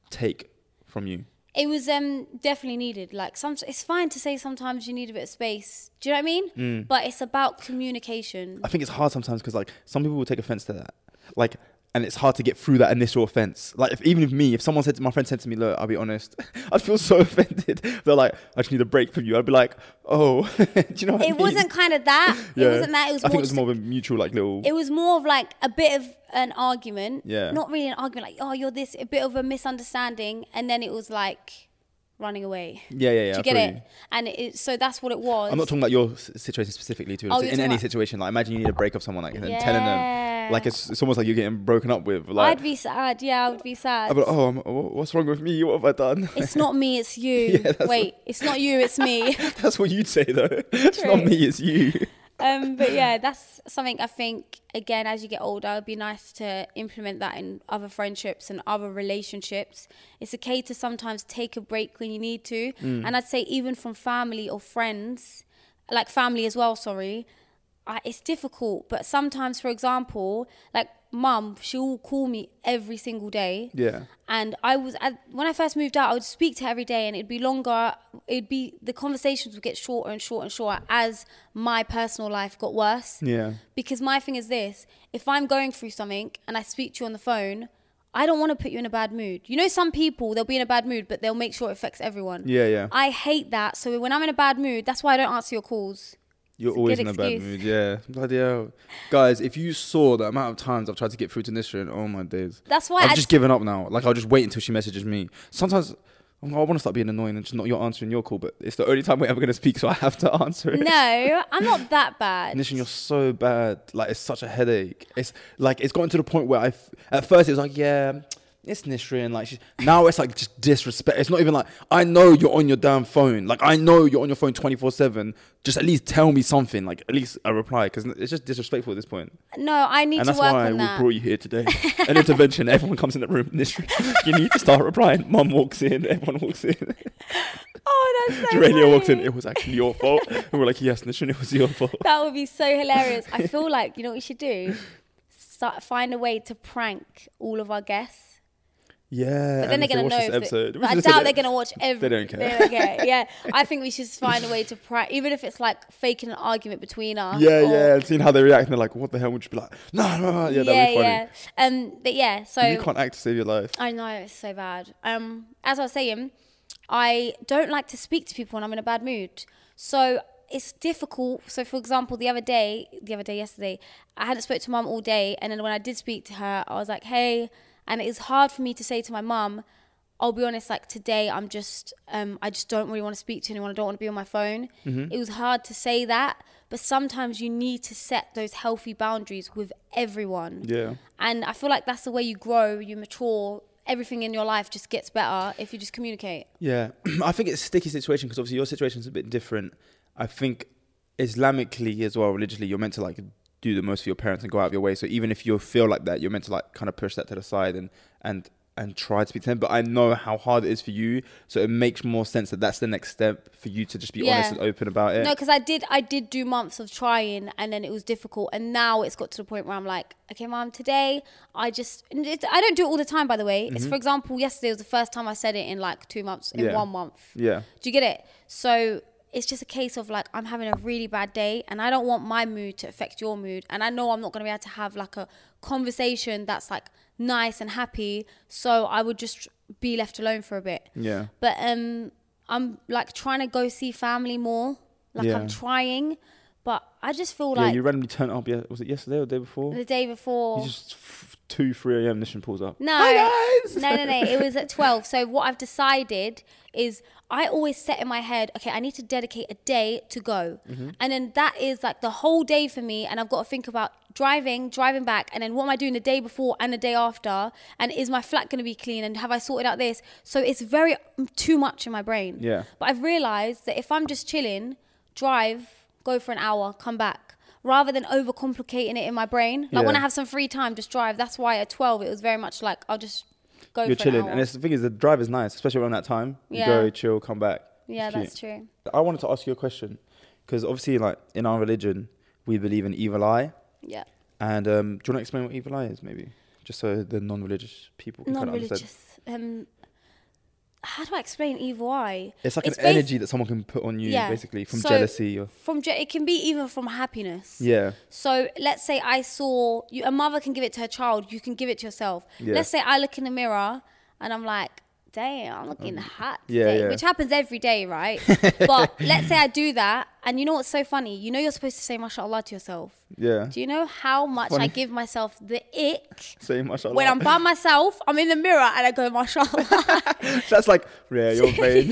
Speaker 1: take from you.
Speaker 2: It was um definitely needed. Like some, it's fine to say sometimes you need a bit of space. Do you know what I mean? But it's about communication.
Speaker 1: I think it's hard sometimes because like some people will take offense to that. Like and it's hard to get through that initial offense. Like if even if me, if someone said to my friend said to me, look, I'll be honest, I'd feel so offended. They're like, I just need a break from you. I'd be like, oh, do you know? What I
Speaker 2: It
Speaker 1: mean?
Speaker 2: wasn't kind of that.
Speaker 1: Yeah.
Speaker 2: It wasn't that. It was
Speaker 1: I
Speaker 2: more.
Speaker 1: think it was
Speaker 2: just-
Speaker 1: more of a mutual like little.
Speaker 2: it was more of like a bit of an argument.
Speaker 1: Yeah.
Speaker 2: Not really an argument. Like, oh, you're this. A bit of a misunderstanding, and then it was like running away.
Speaker 1: yeah, yeah, yeah.
Speaker 2: Do
Speaker 1: I
Speaker 2: you get
Speaker 1: feel
Speaker 2: it? And it, so that's what it was.
Speaker 1: I'm not talking about your s- situation specifically, too.
Speaker 2: Oh,
Speaker 1: It's
Speaker 2: you're
Speaker 1: in
Speaker 2: talking
Speaker 1: any
Speaker 2: about-
Speaker 1: situation, like imagine you need a break of someone, like and telling them, like
Speaker 2: Yeah.
Speaker 1: it's, it's almost like you're getting broken up with. Like,
Speaker 2: I'd be sad. Yeah, I would be sad.
Speaker 1: I'd be like, oh, I'm, wha- what's wrong with me? What have I done?
Speaker 2: it's not me. It's you.
Speaker 1: that's
Speaker 2: Wait, it's not you. It's me.
Speaker 1: That's what you'd say though. it's not
Speaker 2: True.
Speaker 1: me, it's you.
Speaker 2: um, but yeah, that's something I think again as you get older, it'd be nice to implement that in other friendships and other relationships. It's okay to sometimes take a break when you need to, and I'd say even from family or friends, like family as well. Sorry, I, it's difficult, but sometimes, for example, like mum, she'll call me every single day.
Speaker 1: Yeah.
Speaker 2: And I was I, when I first moved out, I would speak to her every day, and it'd be longer. It'd be the conversations would get shorter and shorter and shorter as my personal life got worse.
Speaker 1: Yeah.
Speaker 2: Because my thing is this: if I'm going through something and I speak to you on the phone, I don't want to put you in a bad mood. You know, some people they'll be in a bad mood, but they'll make sure it affects everyone.
Speaker 1: Yeah, yeah.
Speaker 2: I hate that. So when I'm in a bad mood, that's why I don't answer your calls.
Speaker 1: You're
Speaker 2: It's a
Speaker 1: always in
Speaker 2: good
Speaker 1: a bad
Speaker 2: excuse.
Speaker 1: mood, yeah. Bloody hell. Guys, if you saw the amount of times I've tried to get through to Nisha and oh my days.
Speaker 2: That's why
Speaker 1: I've
Speaker 2: I-
Speaker 1: just given up now. Like I'll just wait until she messages me. Sometimes I'm like, I want to start being annoying and just not your answering your call, but it's the only time we're ever gonna speak, so I have to answer it.
Speaker 2: No, I'm not that bad.
Speaker 1: Nishan, you're so bad. Like it's such a headache. It's like it's gotten to the point where I, f- at first it was like, yeah, it's Nishan. Like she's, now it's like just disrespect. It's not even like I know you're on your damn phone. Like I know you're on your phone twenty four seven. Just at least tell me something. Like at least a reply because it's just disrespectful at this point.
Speaker 2: No, I need
Speaker 1: And
Speaker 2: to
Speaker 1: that's
Speaker 2: work
Speaker 1: why
Speaker 2: on
Speaker 1: we
Speaker 2: that.
Speaker 1: brought you here today. An intervention. Everyone comes in that room. Nishan, you need to start replying. Mum walks in. Everyone walks in.
Speaker 2: Oh, that's so
Speaker 1: Gerania walks in.
Speaker 2: funny.
Speaker 1: It was actually your fault. And we're like, yes, Nishan, it was your fault.
Speaker 2: That would be so hilarious. I feel like you know what you should do. Start, find a way to prank all of our guests.
Speaker 1: Yeah.
Speaker 2: But then
Speaker 1: and
Speaker 2: they're
Speaker 1: if they
Speaker 2: gonna
Speaker 1: watch
Speaker 2: know.
Speaker 1: this
Speaker 2: if they-
Speaker 1: episode-
Speaker 2: but I doubt they're gonna watch every.
Speaker 1: don't care.
Speaker 2: They don't care. Yeah, I think we should just find a way to prank, even if it's like faking an argument between us.
Speaker 1: Yeah,
Speaker 2: or-
Speaker 1: yeah, and seeing how they react, and they're like, "What the hell?" Would you be like, "No, no, no." Yeah, that'd be funny.
Speaker 2: yeah. Um, but yeah, so
Speaker 1: You can't act to save your life.
Speaker 2: I know it's so bad. Um, as I was saying, I don't like to speak to people when I'm in a bad mood. So it's difficult. So for example, the other day, the other day yesterday, I hadn't spoke to mum all day, and then when I did speak to her, I was like, "Hey," and it is hard for me to say to my mum. I'll be honest, like today, I'm just, um, I just don't really want to speak to anyone. I don't want to be on my phone. It was hard to say that, but sometimes you need to set those healthy boundaries with everyone.
Speaker 1: Yeah.
Speaker 2: And I feel like that's the way you grow, you mature, everything in your life just gets better if you just communicate.
Speaker 1: Yeah, I think it's a sticky situation because obviously your situation's a bit different. I think Islamically as well, religiously, you're meant to like do the most for your parents and go out of your way. So even if you feel like that, you're meant to like kind of push that to the side and and and try to speak to them. But I know how hard it is for you, so it makes more sense that that's the next step for you to just be honest
Speaker 2: Yeah.
Speaker 1: and open about it.
Speaker 2: No, because I did I did do months of trying and then it was difficult and now it's got to the point where I'm like, okay, mom, today I just and it's, I don't do it all the time by the way. It's for example, yesterday was the first time I said it in like two months in
Speaker 1: Yeah.
Speaker 2: one month.
Speaker 1: yeah,
Speaker 2: Do you get it? So it's just a case of like I'm having a really bad day and I don't want my mood to affect your mood and I know I'm not going to be able to have like a conversation that's like nice and happy so I would just be left alone for a bit.
Speaker 1: yeah.
Speaker 2: But um I'm like trying to go see family more. Like
Speaker 1: Yeah.
Speaker 2: I'm trying, but I just feel
Speaker 1: yeah,
Speaker 2: like
Speaker 1: you randomly turned up. Yeah, was it yesterday or the day before?
Speaker 2: the day before
Speaker 1: You just f- two, three a.m. Nishan pulls up.
Speaker 2: No. No, no, no. It was at 12. So what I've decided is I always set in my head, okay, I need to dedicate a day to go. And then that is like the whole day for me. And I've got to think about driving, driving back. And then what am I doing the day before and the day after? And is my flat going to be clean? And have I sorted out this? So it's very um, too much in my brain.
Speaker 1: Yeah.
Speaker 2: But I've realized that if I'm just chilling, drive, go for an hour, come back. Rather than overcomplicating it in my brain, like when
Speaker 1: Yeah.
Speaker 2: I have some free time, just drive. That's why at twelve it was very much like I'll just go.
Speaker 1: You're
Speaker 2: for
Speaker 1: chilling,
Speaker 2: an hour.
Speaker 1: and it's, the thing is, the drive is nice, especially around that time. You
Speaker 2: Yeah.
Speaker 1: go chill, come back.
Speaker 2: yeah,
Speaker 1: It's cute.
Speaker 2: that's true.
Speaker 1: I wanted to ask you a question because obviously, like in our religion, we believe in evil eye.
Speaker 2: Yeah,
Speaker 1: And um, do you want to explain what evil eye is, maybe, just so the non-religious people can kind of understand?
Speaker 2: non-religious. Um, how do I explain evil eye?
Speaker 1: It's like an
Speaker 2: basi-
Speaker 1: energy that someone can put on you,
Speaker 2: yeah.
Speaker 1: basically, from
Speaker 2: So,
Speaker 1: jealousy or
Speaker 2: From je- it can be even from happiness.
Speaker 1: yeah,
Speaker 2: So let's say I saw you, a mother can give it to her child. You can give it to yourself.
Speaker 1: Yeah.
Speaker 2: Let's say I look in the mirror and I'm like, "Damn, I'm looking hot
Speaker 1: Um, yeah,
Speaker 2: today,"
Speaker 1: yeah.
Speaker 2: which happens every day, right? but let's say I do that, and you know what's so funny? You know you're supposed to say "mashallah" to yourself.
Speaker 1: yeah.
Speaker 2: Do you know how much I
Speaker 1: Funny.
Speaker 2: give myself the ick
Speaker 1: Say mashallah.
Speaker 2: when I'm by myself? I'm in the mirror and I go "mashallah."
Speaker 1: That's like yeah, you're vain.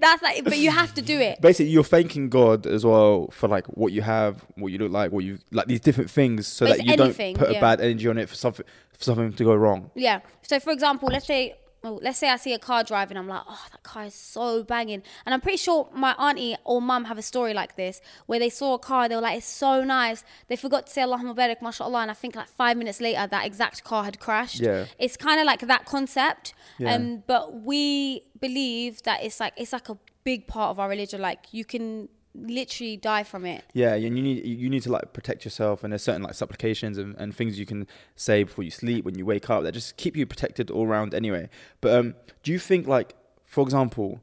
Speaker 2: That's like, but you have to do it.
Speaker 1: Basically, you're thanking God as well for like what you have, what you look like, what you like these different things, so that
Speaker 2: But it's
Speaker 1: you
Speaker 2: anything,
Speaker 1: don't put
Speaker 2: yeah.
Speaker 1: a bad energy on it for something for something to go wrong.
Speaker 2: Yeah. So for example, let's say oh, let's say I see a car driving, I'm like, oh, that car is so banging. And I'm pretty sure my auntie or mum have a story like this where they saw a car, they were like, it's so nice. They forgot to say Allahumma barik, mashallah. And I think like five minutes later, that exact car had crashed.
Speaker 1: Yeah.
Speaker 2: It's kind of like that concept.
Speaker 1: Yeah.
Speaker 2: Um, but we believe that it's like it's like a big part of our religion. Like you can literally die from it.
Speaker 1: Yeah, and you need you need to like protect yourself, and there's certain like supplications and, and things you can say before you sleep, when you wake up, that just keep you protected all round anyway. But um, do you think like, for example,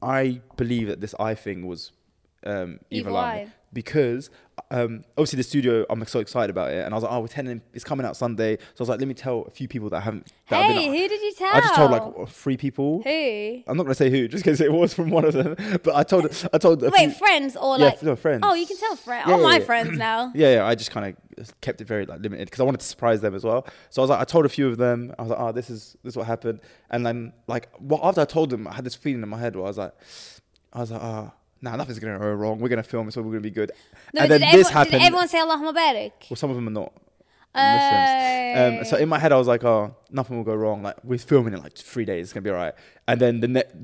Speaker 1: I believe that this eye thing was um, evil,
Speaker 2: Evil
Speaker 1: eye,
Speaker 2: eye.
Speaker 1: because um, obviously the studio, I'm so excited about it, and I was like, oh, we're ten, it's coming out Sunday, so I was like, let me tell a few people that I haven't. That I've
Speaker 2: hey,
Speaker 1: been,
Speaker 2: who did you tell?
Speaker 1: I just told like three people.
Speaker 2: who?
Speaker 1: I'm not gonna say who, just because it was from one of them. But I told I told a few-
Speaker 2: Wait, friends or
Speaker 1: Yeah,
Speaker 2: like
Speaker 1: no, friends.
Speaker 2: Oh, you can tell friends.
Speaker 1: Yeah,
Speaker 2: oh,
Speaker 1: yeah,
Speaker 2: my
Speaker 1: yeah.
Speaker 2: friends now.
Speaker 1: Yeah, yeah. I just kind of kept it very like limited because I wanted to surprise them as well. So I was like, I told a few of them. I was like, oh, this is this is what happened. And then like, well, after I told them, I had this feeling in my head where I was like, I was like, ah, nah, nothing's gonna go wrong. We're gonna film, so we're gonna be good.
Speaker 2: No,
Speaker 1: and
Speaker 2: did,
Speaker 1: then
Speaker 2: everyone,
Speaker 1: this happened.
Speaker 2: did everyone say Allahumma barik?
Speaker 1: well, some of them are not. Muslims.
Speaker 2: Oh.
Speaker 1: Um, so in my head, I was like, oh, nothing will go wrong. Like we're filming in like three days, it's gonna be alright. And then the next,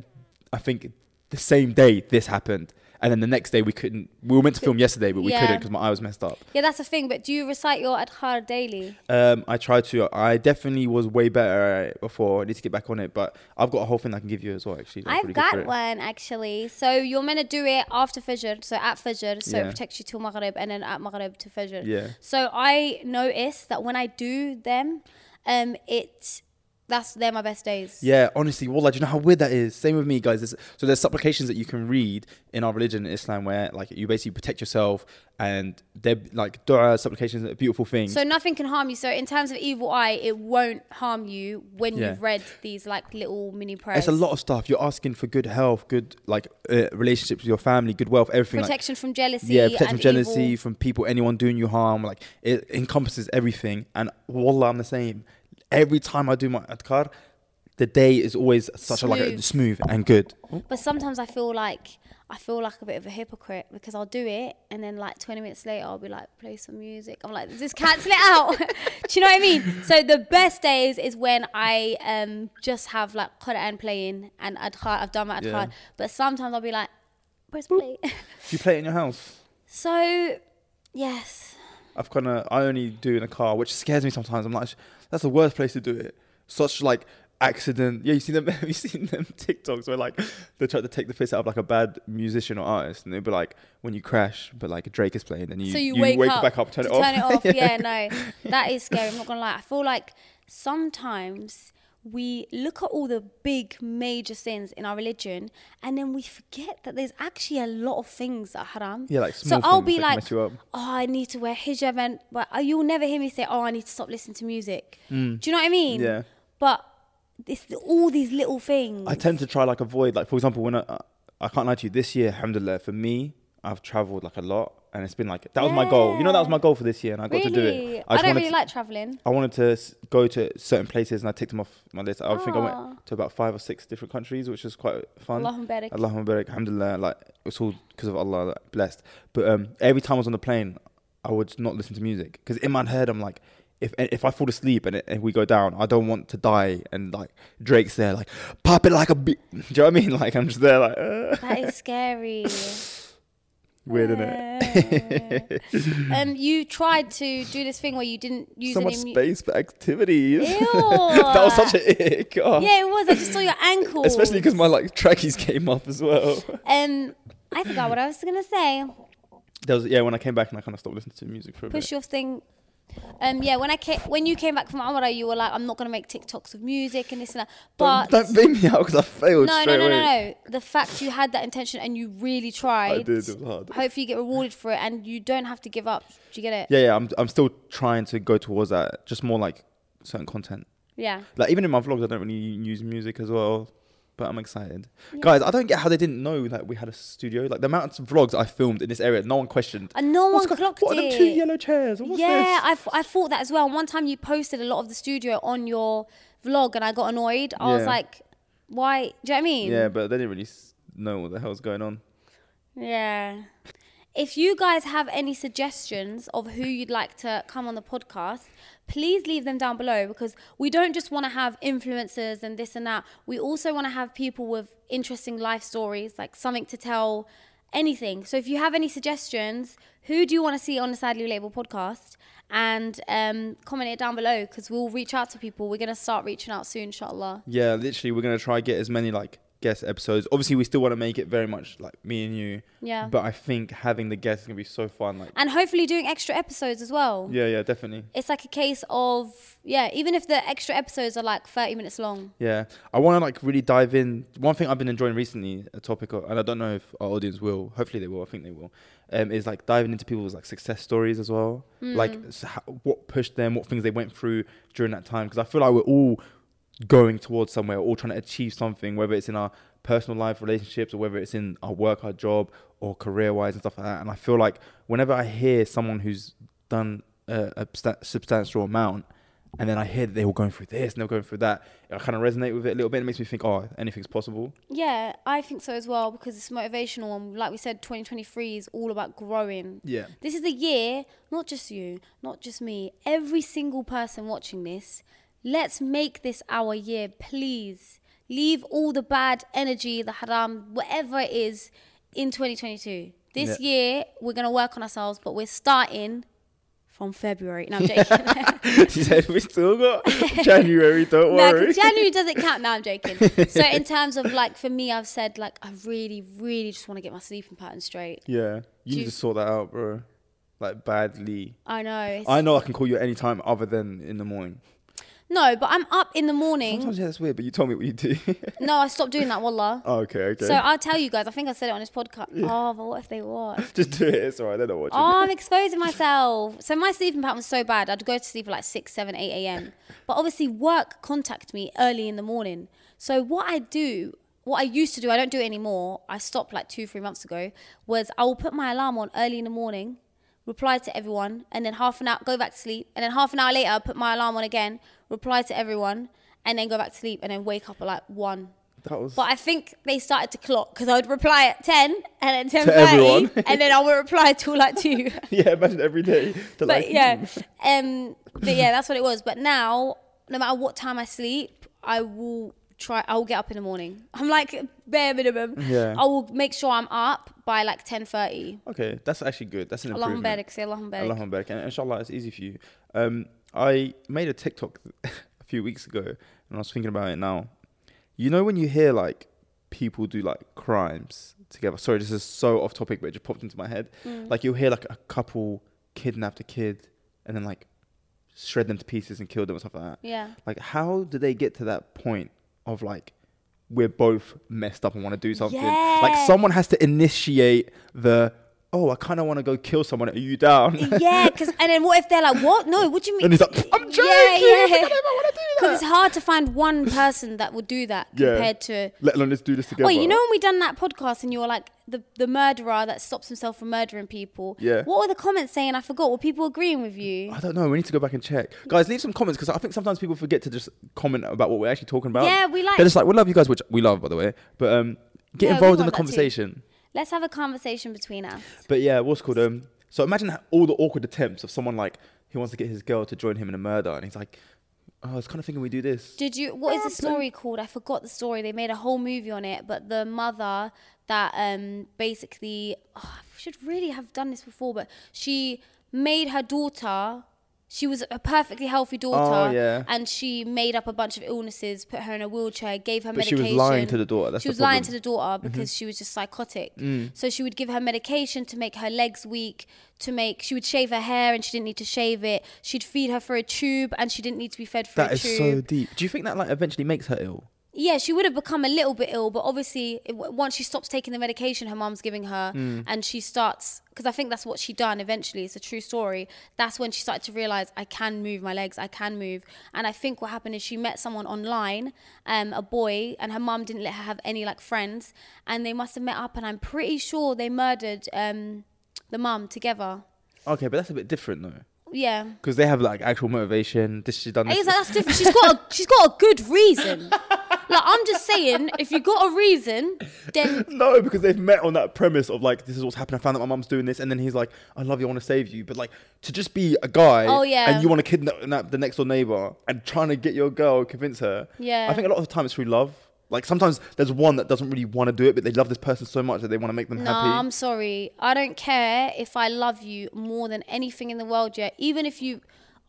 Speaker 1: I think the same day this happened. And then the next day we couldn't. We were meant to film yesterday, but we
Speaker 2: Yeah.
Speaker 1: couldn't because my eye was messed up.
Speaker 2: yeah, that's the thing. But do you recite your adhar daily?
Speaker 1: Um, I try to. I definitely was way better at it before. I need to get back on it, but I've got a whole thing I can give you as well. Actually, That's
Speaker 2: I've
Speaker 1: really good for
Speaker 2: got
Speaker 1: it.
Speaker 2: one actually. So you're meant to do it after Fajr, so at Fajr, so it
Speaker 1: Yeah.
Speaker 2: protects you till Maghrib, and then at Maghrib to Fajr.
Speaker 1: Yeah.
Speaker 2: So I notice that when I do them, um, it that's they're my best days.
Speaker 1: Yeah, honestly, wallah, do you know how weird that is? Same with me, guys. It's, so there's supplications that you can read in our religion in Islam where like you basically protect yourself and they're like dua supplications are beautiful things.
Speaker 2: So nothing can harm you. So in terms of evil eye, it won't harm you when
Speaker 1: Yeah.
Speaker 2: you've read these like little mini prayers.
Speaker 1: it's a lot of stuff. You're asking for good health, good like uh, relationships with your family, good wealth, everything. like-
Speaker 2: protection from jealousy.
Speaker 1: yeah, protection from
Speaker 2: and
Speaker 1: jealousy,
Speaker 2: evil.
Speaker 1: from people, anyone doing you harm. Like it encompasses everything. And wallah, I'm the same. Every time I do my adkar, the day is always such a like
Speaker 2: Smooth.
Speaker 1: a, smooth and good.
Speaker 2: But sometimes I feel like I feel like a bit of a hypocrite because I'll do it and then like 20 minutes later I'll be like play some music. I'm like just cancel it out. do you know what I mean? So the best days is when I um just have like Quran playing and adhar. I've done my adhar,
Speaker 1: Yeah.
Speaker 2: but sometimes I'll be like press play.
Speaker 1: Do you play it in your house?
Speaker 2: so yes,
Speaker 1: I've kind of I only do in a car, which scares me sometimes. I'm like, that's the worst place to do it. Such like accident. Yeah, you see them. Have you seen them TikToks where like they try to take the piss out of like a bad musician or artist, and they'll be like, when you crash, but like Drake is playing, and you
Speaker 2: so you, wake, up
Speaker 1: back up, turn it
Speaker 2: to
Speaker 1: off.
Speaker 2: Turn it off. yeah, no, that is scary. I'm not gonna lie. I feel like sometimes we look at all the big major sins in our religion, and then we forget that there's actually a lot of things that are haram.
Speaker 1: Yeah, like
Speaker 2: so
Speaker 1: small
Speaker 2: I'll
Speaker 1: things
Speaker 2: be
Speaker 1: that can
Speaker 2: like,
Speaker 1: mess you up.
Speaker 2: oh, I need to wear hijab, and but uh, you'll never hear me say, oh, I need to stop listening to music. Do you know what I mean?
Speaker 1: Mm. Yeah.
Speaker 2: But it's all these little things.
Speaker 1: I tend to try like avoid like for example when I I- I can't lie to you this year alhamdulillah for me I've traveled like a lot and it's been like that was my goal you know that was my goal for this year and I got
Speaker 2: really,
Speaker 1: to do it
Speaker 2: I,
Speaker 1: just
Speaker 2: don't
Speaker 1: wanted
Speaker 2: really
Speaker 1: to-
Speaker 2: like traveling.
Speaker 1: I wanted to s- go to certain places and I ticked them off my list. I think I
Speaker 2: Ah.
Speaker 1: went to about five or six different countries, which was quite fun.
Speaker 2: Allahumma barik.
Speaker 1: Allahumma barik, alhamdulillah. Like it's all because of Allah, like, blessed. But um, every time I was on the plane, I would not listen to music because in my head I'm like, if if I fall asleep and, it, and we go down, I don't want to die. And like Drake's there, like pop it like a. Be-. Do you know what I mean? Like I'm just there, like uh,
Speaker 2: That is scary.
Speaker 1: weird, innit?
Speaker 2: um, you tried to do this thing where you didn't use
Speaker 1: So
Speaker 2: any
Speaker 1: much
Speaker 2: mu-
Speaker 1: space for activities.
Speaker 2: Ew.
Speaker 1: that was such a ick. Oh.
Speaker 2: Yeah, it was. I just saw your ankle.
Speaker 1: Especially because my like trackies came up as well.
Speaker 2: Um, I forgot what I was gonna say.
Speaker 1: There was yeah, when I came back and I kind of stopped listening to music for a
Speaker 2: Push
Speaker 1: bit.
Speaker 2: your thing Um, yeah, when I came, when you came back from Umrah, you were like, "I'm not gonna make TikToks of music and this and that." But
Speaker 1: don't beat me out because I failed
Speaker 2: no, no,
Speaker 1: straight
Speaker 2: no, no,
Speaker 1: away.
Speaker 2: no. The fact you had that intention and you really tried.
Speaker 1: I did. It was hard.
Speaker 2: Hopefully, you get rewarded for it, and you don't have to give up. Do you get it?
Speaker 1: Yeah, yeah. I'm, I'm still trying to go towards that. Just more like certain content.
Speaker 2: Yeah.
Speaker 1: Like even in my vlogs, I don't really use music as well. But I'm excited, guys. I don't get how they didn't know that we had a studio. Like the amount of vlogs I filmed in this area, no one questioned.
Speaker 2: And no
Speaker 1: What's
Speaker 2: one
Speaker 1: go-
Speaker 2: clocked
Speaker 1: What
Speaker 2: it.
Speaker 1: are them two yellow chairs? What's
Speaker 2: yeah,
Speaker 1: this?
Speaker 2: I, f- I thought that as well. And one time you posted a lot of the studio on your vlog, and I got annoyed. I was
Speaker 1: Yeah.
Speaker 2: like, "Why?" Do you know what I mean?
Speaker 1: Yeah, but they didn't really s- know what the hell's going on.
Speaker 2: Yeah. If you guys have any suggestions of who you'd like to come on the podcast, please leave them down below because we don't just want to have influencers and this and that. We also want to have people with interesting life stories, like something to tell, anything. So if you have any suggestions, who do you want to see on the Sadly Label podcast? And um, comment it down below because we'll reach out to people. We're going to start reaching out soon, inshallah.
Speaker 1: Yeah, literally, we're gonna try get as many like guest episodes. Obviously, we still want to make it very much like me and you.
Speaker 2: Yeah.
Speaker 1: But I think having the guests is gonna be so fun. Like,
Speaker 2: And hopefully doing extra episodes as well.
Speaker 1: yeah, yeah, definitely.
Speaker 2: it's like a case of yeah even if the extra episodes are like 30 minutes long
Speaker 1: Yeah, I want to like really dive in. One thing I've been enjoying recently, a topic, of, and I don't know if our audience will. Hopefully, they will. I think they will. Um, is like diving into people's like success stories as well. Like s- how, what pushed them, what things they went through during that time. Because I feel like we're all going towards somewhere, all trying to achieve something, whether it's in our personal life, relationships, or whether it's in our work, our job, or career-wise and stuff like that. And I feel like whenever I hear someone who's done a, a substan- substantial amount and then I hear that they were going through this and they were going through that. I kind of resonate with it a little bit. It makes me think, oh, anything's possible.
Speaker 2: yeah i think so as well because it's motivational and like we said 2023 is all about growing
Speaker 1: Yeah.
Speaker 2: this is a year not just you not just me every single person watching this let's make this our year please leave all the bad energy the haram whatever it is in 2022 this
Speaker 1: Yeah.
Speaker 2: year we're going to work on ourselves but we're starting from february no i'm joking
Speaker 1: she said, we still got January, don't
Speaker 2: No,
Speaker 1: worry.
Speaker 2: 'cause January doesn't count. No, I'm joking. so in terms of like for me, I've said like I really, really just want to get my sleeping pattern straight.
Speaker 1: yeah, you
Speaker 2: Do
Speaker 1: need
Speaker 2: you-
Speaker 1: to sort that out, bro. Like badly.
Speaker 2: I know. It's,
Speaker 1: I know I can call you at any time other than in the morning.
Speaker 2: no, but I'm up in the morning.
Speaker 1: Sometimes yeah, that's weird, but you told me what you do.
Speaker 2: No, I stopped doing that. Wallah.
Speaker 1: oh, okay, okay.
Speaker 2: So I'll tell you guys. I think I said it on this podcast. Oh, but what if they watch?
Speaker 1: Just do it. It's all right. They're not watching.
Speaker 2: Oh, I'm exposing myself. So my sleeping pattern was so bad. I'd go to sleep at like 6, 7, 8 a.m. But obviously work contact me early in the morning. So what I do, what I used to do, I don't do it anymore. I stopped like two, three months ago, was I will put my alarm on early in the morning, reply to everyone, and then half an hour, go back to sleep. And then half an hour later, I put my alarm on again, reply to everyone, and then go back to sleep and then wake up at like 1.
Speaker 1: That was.
Speaker 2: But I think they started to clock because I would reply at 10 and then
Speaker 1: To
Speaker 2: 10.30
Speaker 1: everyone.
Speaker 2: and then I would reply till like 2.
Speaker 1: yeah, imagine every day. They're
Speaker 2: but
Speaker 1: like,
Speaker 2: yeah, um, but yeah, that's what it was. But now, no matter what time I sleep, I will try. I will get up in the morning. I'm like bare minimum.
Speaker 1: Yeah.
Speaker 2: I will make sure I'm up by like 10:30.
Speaker 1: Okay, that's actually good. That's an
Speaker 2: Allahumma
Speaker 1: improvement.
Speaker 2: barik, say Allahumma barik.
Speaker 1: Allahumma barik. And inshallah, it's easy for you. Um, I made a TikTok a few weeks ago, and I was thinking about it now. You know when you hear like people do like crimes together. Sorry, this is so off topic, but it just popped into my head.
Speaker 2: Mm.
Speaker 1: Like you'll hear like a couple kidnapped a kid, and then like shred them to pieces and kill them and stuff like that.
Speaker 2: Yeah.
Speaker 1: Like, how do they get to that point of like, we're both messed up and want to do something?
Speaker 2: Yeah.
Speaker 1: Like, someone has to initiate the, oh, I kind of want to go kill someone. Are you down?
Speaker 2: Yeah, because and then what if they're like, what? No, what do you mean?
Speaker 1: and he's like, I'm joking. I want to do
Speaker 2: Because
Speaker 1: that.
Speaker 2: it's hard to find one person that would do that
Speaker 1: Yeah.
Speaker 2: compared to
Speaker 1: Let alone let's do this together.
Speaker 2: Wait, you know when we done that podcast and you were like the, the murderer that stops himself from murdering people?
Speaker 1: Yeah.
Speaker 2: What were the comments saying? I forgot. Were people agreeing with you?
Speaker 1: I don't know. We need to go back and check, guys. Leave some comments because I think sometimes people forget to just comment about what we're actually talking about.
Speaker 2: Yeah, we like-
Speaker 1: They're just like, we love you guys, which we love, by the way. But um, get
Speaker 2: Yeah, we
Speaker 1: involved in
Speaker 2: want
Speaker 1: the
Speaker 2: that too.
Speaker 1: conversation.
Speaker 2: Let's have a conversation between us.
Speaker 1: But yeah, what's called um. So imagine ha- all the awkward attempts of someone like who wants to get his girl to join him in a murder, and he's like, "Oh, I was kind of thinking we do this."
Speaker 2: Did you? What is the
Speaker 1: Yeah,
Speaker 2: story called? I forgot the story. They made a whole movie on it, but the mother that um basically oh, I should really have done this before, but she made her daughter she was a perfectly healthy
Speaker 1: Oh,
Speaker 2: daughter,
Speaker 1: yeah.
Speaker 2: and she made up a bunch of illnesses, put her in a wheelchair, gave her
Speaker 1: But she
Speaker 2: medication.
Speaker 1: was lying to the daughter, that's
Speaker 2: she
Speaker 1: the
Speaker 2: was lying to
Speaker 1: problem. Mm-hmm. Mm.
Speaker 2: the daughter because she was just psychotic. So she would give her medication to make her legs weak, to make she would shave her hair and she didn't need to shave it. She'd feed her through a tube and she didn't need to be fed through
Speaker 1: That
Speaker 2: a
Speaker 1: is
Speaker 2: tube.
Speaker 1: so deep. Do you think that like eventually makes her ill?
Speaker 2: Yeah, she would have become a little bit ill, but obviously, it- w- once she stops taking the medication her mom's giving her, and she starts, because I think that's what she done eventually, it's a true story. That's when she started to realize, I can move my legs, I can move. And I think what happened is she met someone online, um, a boy, and her mom didn't let her have any like friends, and they must have met up, and I'm pretty sure they murdered um, the mum together.
Speaker 1: Okay, but that's a bit different though,
Speaker 2: Yeah.
Speaker 1: because they have like actual motivation. This she done.
Speaker 2: And
Speaker 1: This.
Speaker 2: he's like, that's different. She's got a, she's got a good reason. Like I'm just saying, if you got a reason, then
Speaker 1: no, because they've met on that premise of like, this is what's happened. I found out my mum's doing this, and then he's like, I love you, I want to save you. But like, to just be a guy,
Speaker 2: Oh, yeah.
Speaker 1: and you want to kidnap kidnap the next door neighbor and trying to get your girl, convince her.
Speaker 2: Yeah.
Speaker 1: I think a lot of the time it's through love. Like sometimes there's one that doesn't really want to do it, but they love this person so much that they want to make them
Speaker 2: no,
Speaker 1: happy.
Speaker 2: I'm sorry. I don't care if I love you more than anything in the world yet. Even if you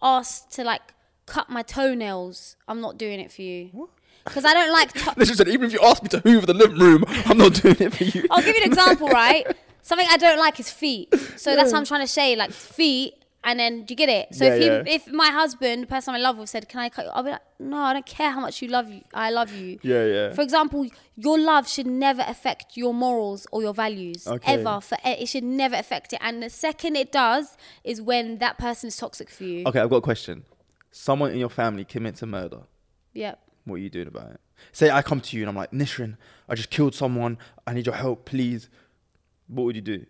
Speaker 2: asked to like cut my toenails, I'm not doing it for you. Because I don't like. To-
Speaker 1: Literally said, even if you ask me to hoover the living room, I'm not doing it for you.
Speaker 2: I'll give you an example, right? Something I don't like is feet. So that's what I'm trying to say, like feet. And then do you get it? So
Speaker 1: Yeah,
Speaker 2: if he,
Speaker 1: yeah.
Speaker 2: if my husband, the person I'm in love with, said, "Can I cut?" you? I'll be like, "No, I don't care how much you love you. I love you."
Speaker 1: Yeah, yeah.
Speaker 2: For example, your love should never affect your morals or your values
Speaker 1: Okay.
Speaker 2: ever. For eh, it should never affect it. And the second it does, is when that person is toxic for you.
Speaker 1: Okay, I've got a question. Someone in your family commits a murder.
Speaker 2: Yep.
Speaker 1: What are you doing about it? Say I come to you and I'm like, Nishrin, I just killed someone. I need your help, please. What would you do?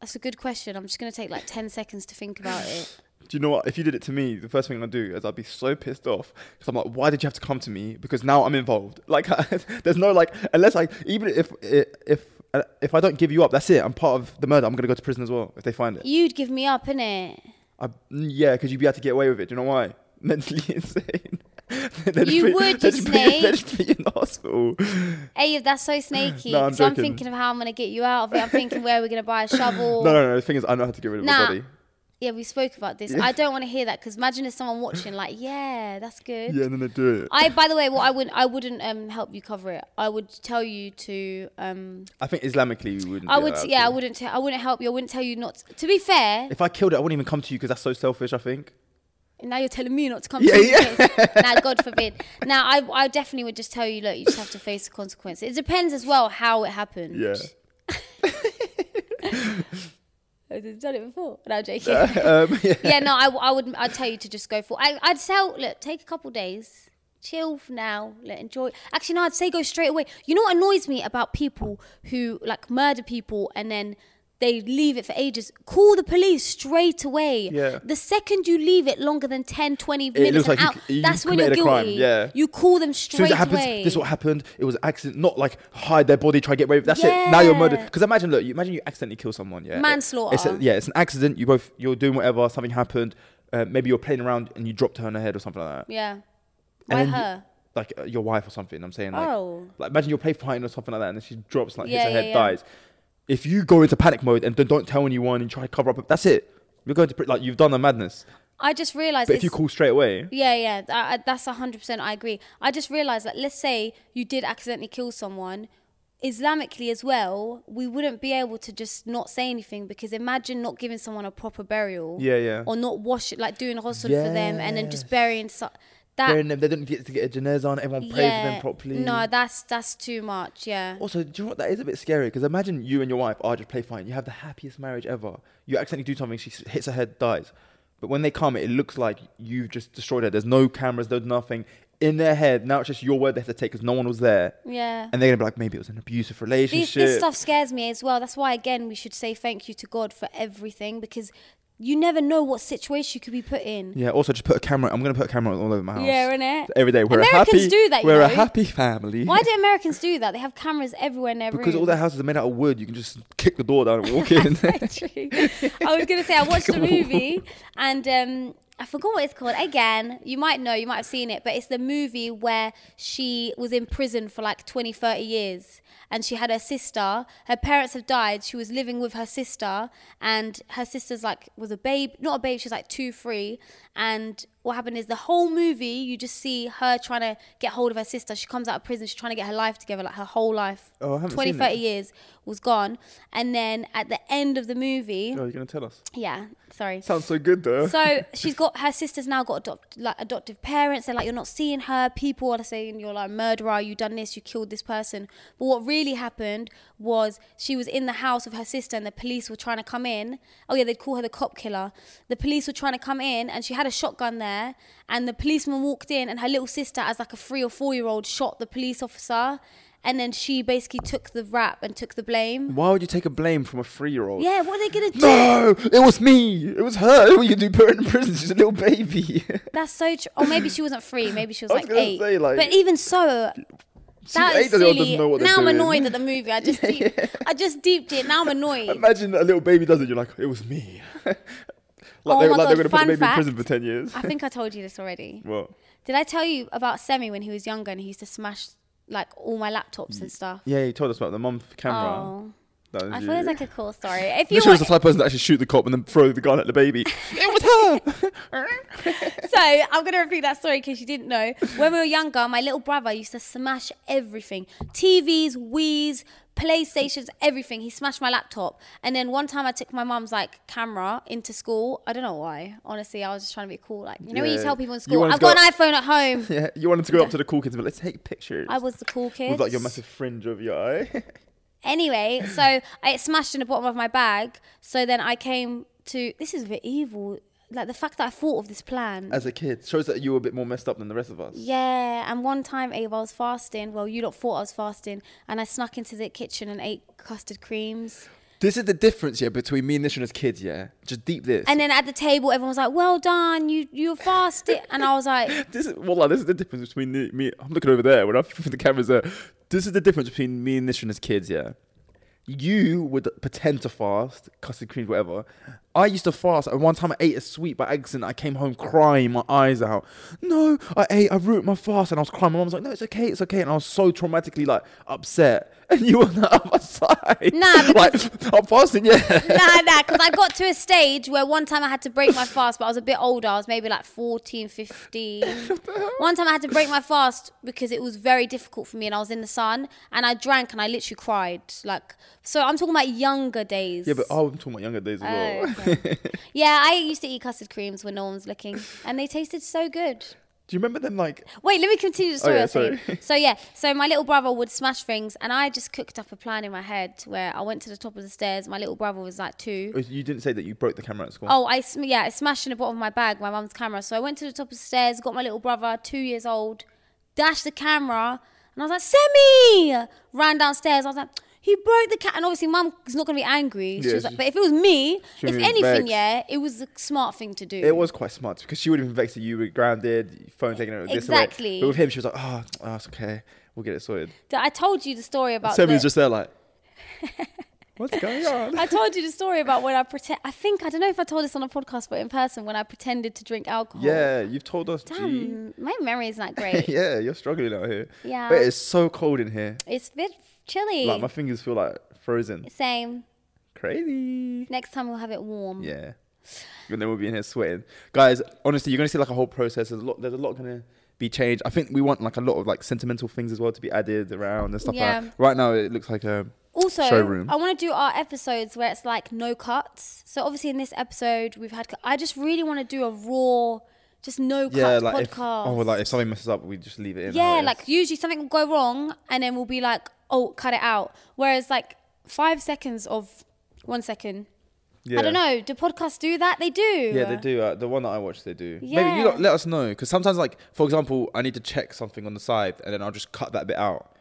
Speaker 2: That's a good question. I'm just gonna take like ten seconds to think about it.
Speaker 1: Do you know what? If you did it to me, the first thing I'd do is I'd be so pissed off because I'm like, why did you have to come to me? Because now I'm involved. Like, there's no like, unless I even if if if I don't give you up, that's it. I'm part of the murder. I'm gonna go to prison as well if they find it.
Speaker 2: You'd give me up, innit?
Speaker 1: I, mm, yeah, because you'd be able to get away with it. Do you know why? Mentally insane. They'd
Speaker 2: You
Speaker 1: put
Speaker 2: would,
Speaker 1: they'd
Speaker 2: you
Speaker 1: just put you-
Speaker 2: snake.
Speaker 1: They'd just put you in the hospital.
Speaker 2: Hey, that's so snaky.
Speaker 1: No, I'm
Speaker 2: so I'm
Speaker 1: joking.
Speaker 2: thinking of how I'm gonna get you out of it. I'm thinking where we're gonna buy a shovel.
Speaker 1: No, no, no. The thing is, I know how to get rid of
Speaker 2: Nah.
Speaker 1: my body.
Speaker 2: Yeah, we spoke about this. I don't want to hear that because imagine if someone watching, like, yeah, that's good.
Speaker 1: Yeah, and then they do it.
Speaker 2: I, by the way, what I would, I wouldn't um, help you cover it. I would tell you to, um,
Speaker 1: I think Islamically, we wouldn't.
Speaker 2: I
Speaker 1: be
Speaker 2: would,
Speaker 1: allowed
Speaker 2: yeah,
Speaker 1: to.
Speaker 2: I wouldn't, t- I wouldn't help you. I wouldn't tell you not. To, to be fair,
Speaker 1: If I killed it, I wouldn't even come to you because that's so selfish. I think.
Speaker 2: now you're telling me not to come.
Speaker 1: Yeah,
Speaker 2: to you
Speaker 1: yeah.
Speaker 2: because- Now, God forbid. Now, I, I definitely would just tell you, look, you just have to face the consequence. It depends as well how it happened.
Speaker 1: Yeah.
Speaker 2: I've done it before. No, I'm joking.
Speaker 1: um, yeah.
Speaker 2: yeah, no, I, I would. I'd tell you to just go for. I, I'd tell. Look, take a couple days. Chill for now. Let enjoy. Actually, no, I'd say go straight away. You know what annoys me about people who like murder people and then they leave it for ages? Call the police straight away.
Speaker 1: Yeah.
Speaker 2: The second you leave it longer than 10, 20
Speaker 1: looks
Speaker 2: minutes
Speaker 1: like
Speaker 2: and
Speaker 1: you-
Speaker 2: out,
Speaker 1: you
Speaker 2: that's when you're
Speaker 1: committed a
Speaker 2: guilty.
Speaker 1: crime, yeah.
Speaker 2: You call them
Speaker 1: As soon
Speaker 2: straight
Speaker 1: as it happens,
Speaker 2: away.
Speaker 1: this is what happened. It was an accident, not like hide their body, try to get away. with That's it. Now you're
Speaker 2: Yeah.
Speaker 1: murdered. Because imagine, look, you imagine you accidentally kill someone. Yeah,
Speaker 2: Manslaughter.
Speaker 1: It's a- yeah, it's an accident. You both, you're doing whatever. Something happened. Uh, maybe you're playing around and you dropped her on her head or something like that.
Speaker 2: yeah.
Speaker 1: And
Speaker 2: Why
Speaker 1: then you-
Speaker 2: her?
Speaker 1: like uh, your wife or something. I'm saying like,
Speaker 2: Oh.
Speaker 1: like imagine you're play fighting or something like that, and then she drops like
Speaker 2: Yeah,
Speaker 1: hits her
Speaker 2: yeah,
Speaker 1: head,
Speaker 2: yeah.
Speaker 1: dies. If you go into panic mode and don't, don't tell anyone and try to cover up, that's it. You're going to pr- like you've done the madness.
Speaker 2: I just realized.
Speaker 1: But if you call straight away,
Speaker 2: Yeah, yeah, th- I, I, that's hundred percent. I agree. I just realized that let's say you did accidentally kill someone, Islamically as well, we wouldn't be able to just not say anything because imagine not giving someone a proper burial.
Speaker 1: Yeah, yeah.
Speaker 2: Or not wash it, like doing a hospital for them and then just burying so- that.
Speaker 1: burying them, they don't get to get a janazah on. Everyone prays
Speaker 2: yeah,
Speaker 1: for them properly.
Speaker 2: No, that's that's too much. Yeah.
Speaker 1: Also, do you know what? That is a bit scary because imagine you and your wife are just play fighting. You have the happiest marriage ever. You accidentally do something, she s- hits her head, dies. But when they come, it looks like you've just destroyed her. There's no cameras, there's nothing in their head. Now it's just your word they have to take because no one was there.
Speaker 2: Yeah.
Speaker 1: And they're gonna be like, maybe it was an abusive
Speaker 2: These,
Speaker 1: relationship.
Speaker 2: this stuff scares me as well. That's why, again, we should say thank you to God for everything because you never know what situation you could be put in.
Speaker 1: Yeah. Also, just put a camera. I'm gonna put a camera all over my house.
Speaker 2: Yeah, innit?
Speaker 1: Every day. We're
Speaker 2: Americans
Speaker 1: a happy.
Speaker 2: do that, you
Speaker 1: we're a
Speaker 2: know.
Speaker 1: happy family.
Speaker 2: Why do Americans do that? They have cameras everywhere in their
Speaker 1: Because
Speaker 2: room.
Speaker 1: all their houses are made out of wood. You can just kick the door down and walk in.
Speaker 2: True. I was gonna say I watched a movie and um, I forgot what it's called. Again, you might know, you might have seen it, but it's the movie where she was in prison for like 20, 30 years. And she had her sister. Her parents have died. She was living with her sister. And her sister's like, was a babe, not a babe, she's like two, three. And what happened is the whole movie, you just see her trying to get hold of her sister. She comes out of prison, she's trying to get her life together, like her whole life.
Speaker 1: Oh, I haven't
Speaker 2: 20,
Speaker 1: seen
Speaker 2: 30
Speaker 1: it.
Speaker 2: years was gone. And then at the end of the movie,
Speaker 1: Oh, you're gonna tell us?
Speaker 2: yeah, sorry.
Speaker 1: Sounds so good though.
Speaker 2: So she's got her sister's now got adopt, like adoptive parents. They're like, you're not seeing her. People are saying you're like a murderer. You done this. You killed this person. But what really happened was she was in the house with her sister, and the police were trying to come in. Oh yeah, they'd call her the cop killer. The police were trying to come in, and she had a shotgun there. And the policeman walked in, and her little sister, as like a three or four year old, shot the police officer. And then she basically took the rap and took the blame.
Speaker 1: Why would you take a blame from a three-year-old?
Speaker 2: Yeah, what are they gonna do?
Speaker 1: No, it was me. It was her. What you do? Put her in prison. She's a little baby.
Speaker 2: That's so true. Or maybe she wasn't free. Maybe she was,
Speaker 1: I was
Speaker 2: like
Speaker 1: gonna
Speaker 2: eight.
Speaker 1: say, like-
Speaker 2: but even so, that
Speaker 1: eight
Speaker 2: is
Speaker 1: year old
Speaker 2: silly.
Speaker 1: doesn't know what they're
Speaker 2: now I'm
Speaker 1: doing.
Speaker 2: annoyed at the movie. I just, deep, I just deeped it. Now I'm annoyed.
Speaker 1: Imagine a little baby does it. You're like, it was me. like
Speaker 2: Oh
Speaker 1: they, like
Speaker 2: my God,
Speaker 1: they're gonna put the
Speaker 2: fun
Speaker 1: baby
Speaker 2: fact.
Speaker 1: in prison for ten years.
Speaker 2: I think I told you this already.
Speaker 1: Well,
Speaker 2: Did I tell you about Semi when he was younger and he used to smash like all my laptops
Speaker 1: Mm.
Speaker 2: and stuff?
Speaker 1: yeah, you told us about the mum camera.
Speaker 2: Oh,
Speaker 1: That was
Speaker 2: I
Speaker 1: you.
Speaker 2: thought it was like a cool story. If you
Speaker 1: Misha was
Speaker 2: want,
Speaker 1: the type of person that actually shoot the cop and then throw the gun at the baby. it was her.
Speaker 2: so I'm gonna repeat that story in case you didn't know. When we were younger, my little brother used to smash everything: TVs, Wii's, PlayStations, everything. He smashed my laptop. And then one time, I took my mum's like camera into school. I don't know why. Honestly, I was just trying to be cool. Like you know, when you
Speaker 1: Yeah.
Speaker 2: tell people in
Speaker 1: You
Speaker 2: school,
Speaker 1: wanted
Speaker 2: I've
Speaker 1: to
Speaker 2: got
Speaker 1: go-
Speaker 2: an iPhone at home.
Speaker 1: yeah, you wanted to go up to the cool kids, but let's take pictures.
Speaker 2: I was the cool kid.
Speaker 1: with like your massive fringe over your eye.
Speaker 2: Anyway, so it smashed in the bottom of my bag. So then I came to. This is a bit evil. Like the fact that I thought of this plan.
Speaker 1: As a kid, shows that you were a bit more messed up than the rest of us.
Speaker 2: Yeah, and one time, Abe, I was fasting. Well, you lot thought I was fasting, and I snuck into the kitchen and ate custard creams.
Speaker 1: This is the difference, yeah, between me and Nishan as kids, yeah. Just deep this.
Speaker 2: And then at the table, everyone was like, "Well done, you you fasted," and I was like,
Speaker 1: this is well, like, this is the difference between the, me. I'm looking over there when I the camera's there. This is the difference between me and Nishan as kids, yeah. You would pretend to fast, custard cream, whatever. I used to fast, and one time I ate a sweet by accident. I came home crying my eyes out. No, I ate, I ruined my fast, and I was crying. My mom was like, "No, it's okay, it's okay," and I was so traumatically like upset. And you were on the other side.
Speaker 2: Nah,
Speaker 1: like I'm fasting, yeah.
Speaker 2: nah, nah, because I got to a stage where one time I had to break my fast, but I was a bit older. I was maybe like 14, 15. one time I had to break my fast because it was very difficult for me and I was in the sun and I drank and I literally cried. Like, so I'm talking about younger days.
Speaker 1: Yeah, but oh, I'm talking about younger days as well.
Speaker 2: Oh, okay. yeah, I used to eat custard creams when no one was looking, and they tasted so good.
Speaker 1: Do you remember them like
Speaker 2: Wait, let me continue the story.
Speaker 1: yeah,
Speaker 2: I'll tell you.
Speaker 1: sorry.
Speaker 2: So yeah, so my little brother would smash things, and I just cooked up a plan in my head where I went to the top of the stairs. My little brother was like two.
Speaker 1: Oh, You didn't say that you broke the camera at school.
Speaker 2: Oh, I sm- yeah, I smashed in the bottom of my bag my mum's camera. So I went to the top of the stairs, got my little brother, two years old, dashed the camera, and I was like, "Semi!" Ran downstairs. I was like, "He broke the cat," and obviously mum's not gonna be angry. She
Speaker 1: Yeah,
Speaker 2: was like,
Speaker 1: she-
Speaker 2: "But if it was
Speaker 1: She
Speaker 2: me, if
Speaker 1: would've been
Speaker 2: anything,
Speaker 1: vexed.
Speaker 2: yeah, it was the smart thing to do."
Speaker 1: It was quite smart because she would have been vexed that you were grounded, phone taken out this
Speaker 2: Exactly.
Speaker 1: away. But with him, she was like, "Oh, oh it's okay. We'll get it sorted."
Speaker 2: I told you the story about.
Speaker 1: Semi's
Speaker 2: the-
Speaker 1: just there, like, "What's going on?"
Speaker 2: I told you the story about when I pretend. I think I don't know if I told this on a podcast, but in person when I pretended to drink alcohol.
Speaker 1: yeah, you've told us. G.
Speaker 2: Damn, my memory is not great.
Speaker 1: yeah, you're struggling out here.
Speaker 2: Yeah.
Speaker 1: But it's so cold in here.
Speaker 2: It's a bit chilly.
Speaker 1: Like my fingers feel like frozen.
Speaker 2: Same.
Speaker 1: Crazy.
Speaker 2: Next time we'll have it warm.
Speaker 1: Yeah. And then we'll be in here sweating, guys. Honestly, you're gonna see like a whole process. There's a lot. There's a lot gonna be changed. I think we want like a lot of like sentimental things as well to be added around and stuff.
Speaker 2: Yeah.
Speaker 1: like that. Right now, it looks like um, a
Speaker 2: Also,
Speaker 1: showroom.
Speaker 2: I want to do our episodes where it's like no cuts. So obviously in this episode we've had. cu- I just really want to do a raw, just no cut
Speaker 1: yeah, like if,
Speaker 2: podcast.
Speaker 1: oh, like if something messes up, we just leave it in. how
Speaker 2: yeah,
Speaker 1: it
Speaker 2: like
Speaker 1: is.
Speaker 2: usually something will go wrong and then we'll be like, oh, cut it out. Whereas like five seconds of one second.
Speaker 1: yeah.
Speaker 2: I don't know. Do podcasts do that? They do.
Speaker 1: Yeah, they do. Uh, the one that I watch, they do. Maybe
Speaker 2: Yeah.
Speaker 1: you lot, let us know because sometimes, like for example, I need to check something on the side, and then I'll just cut that bit out.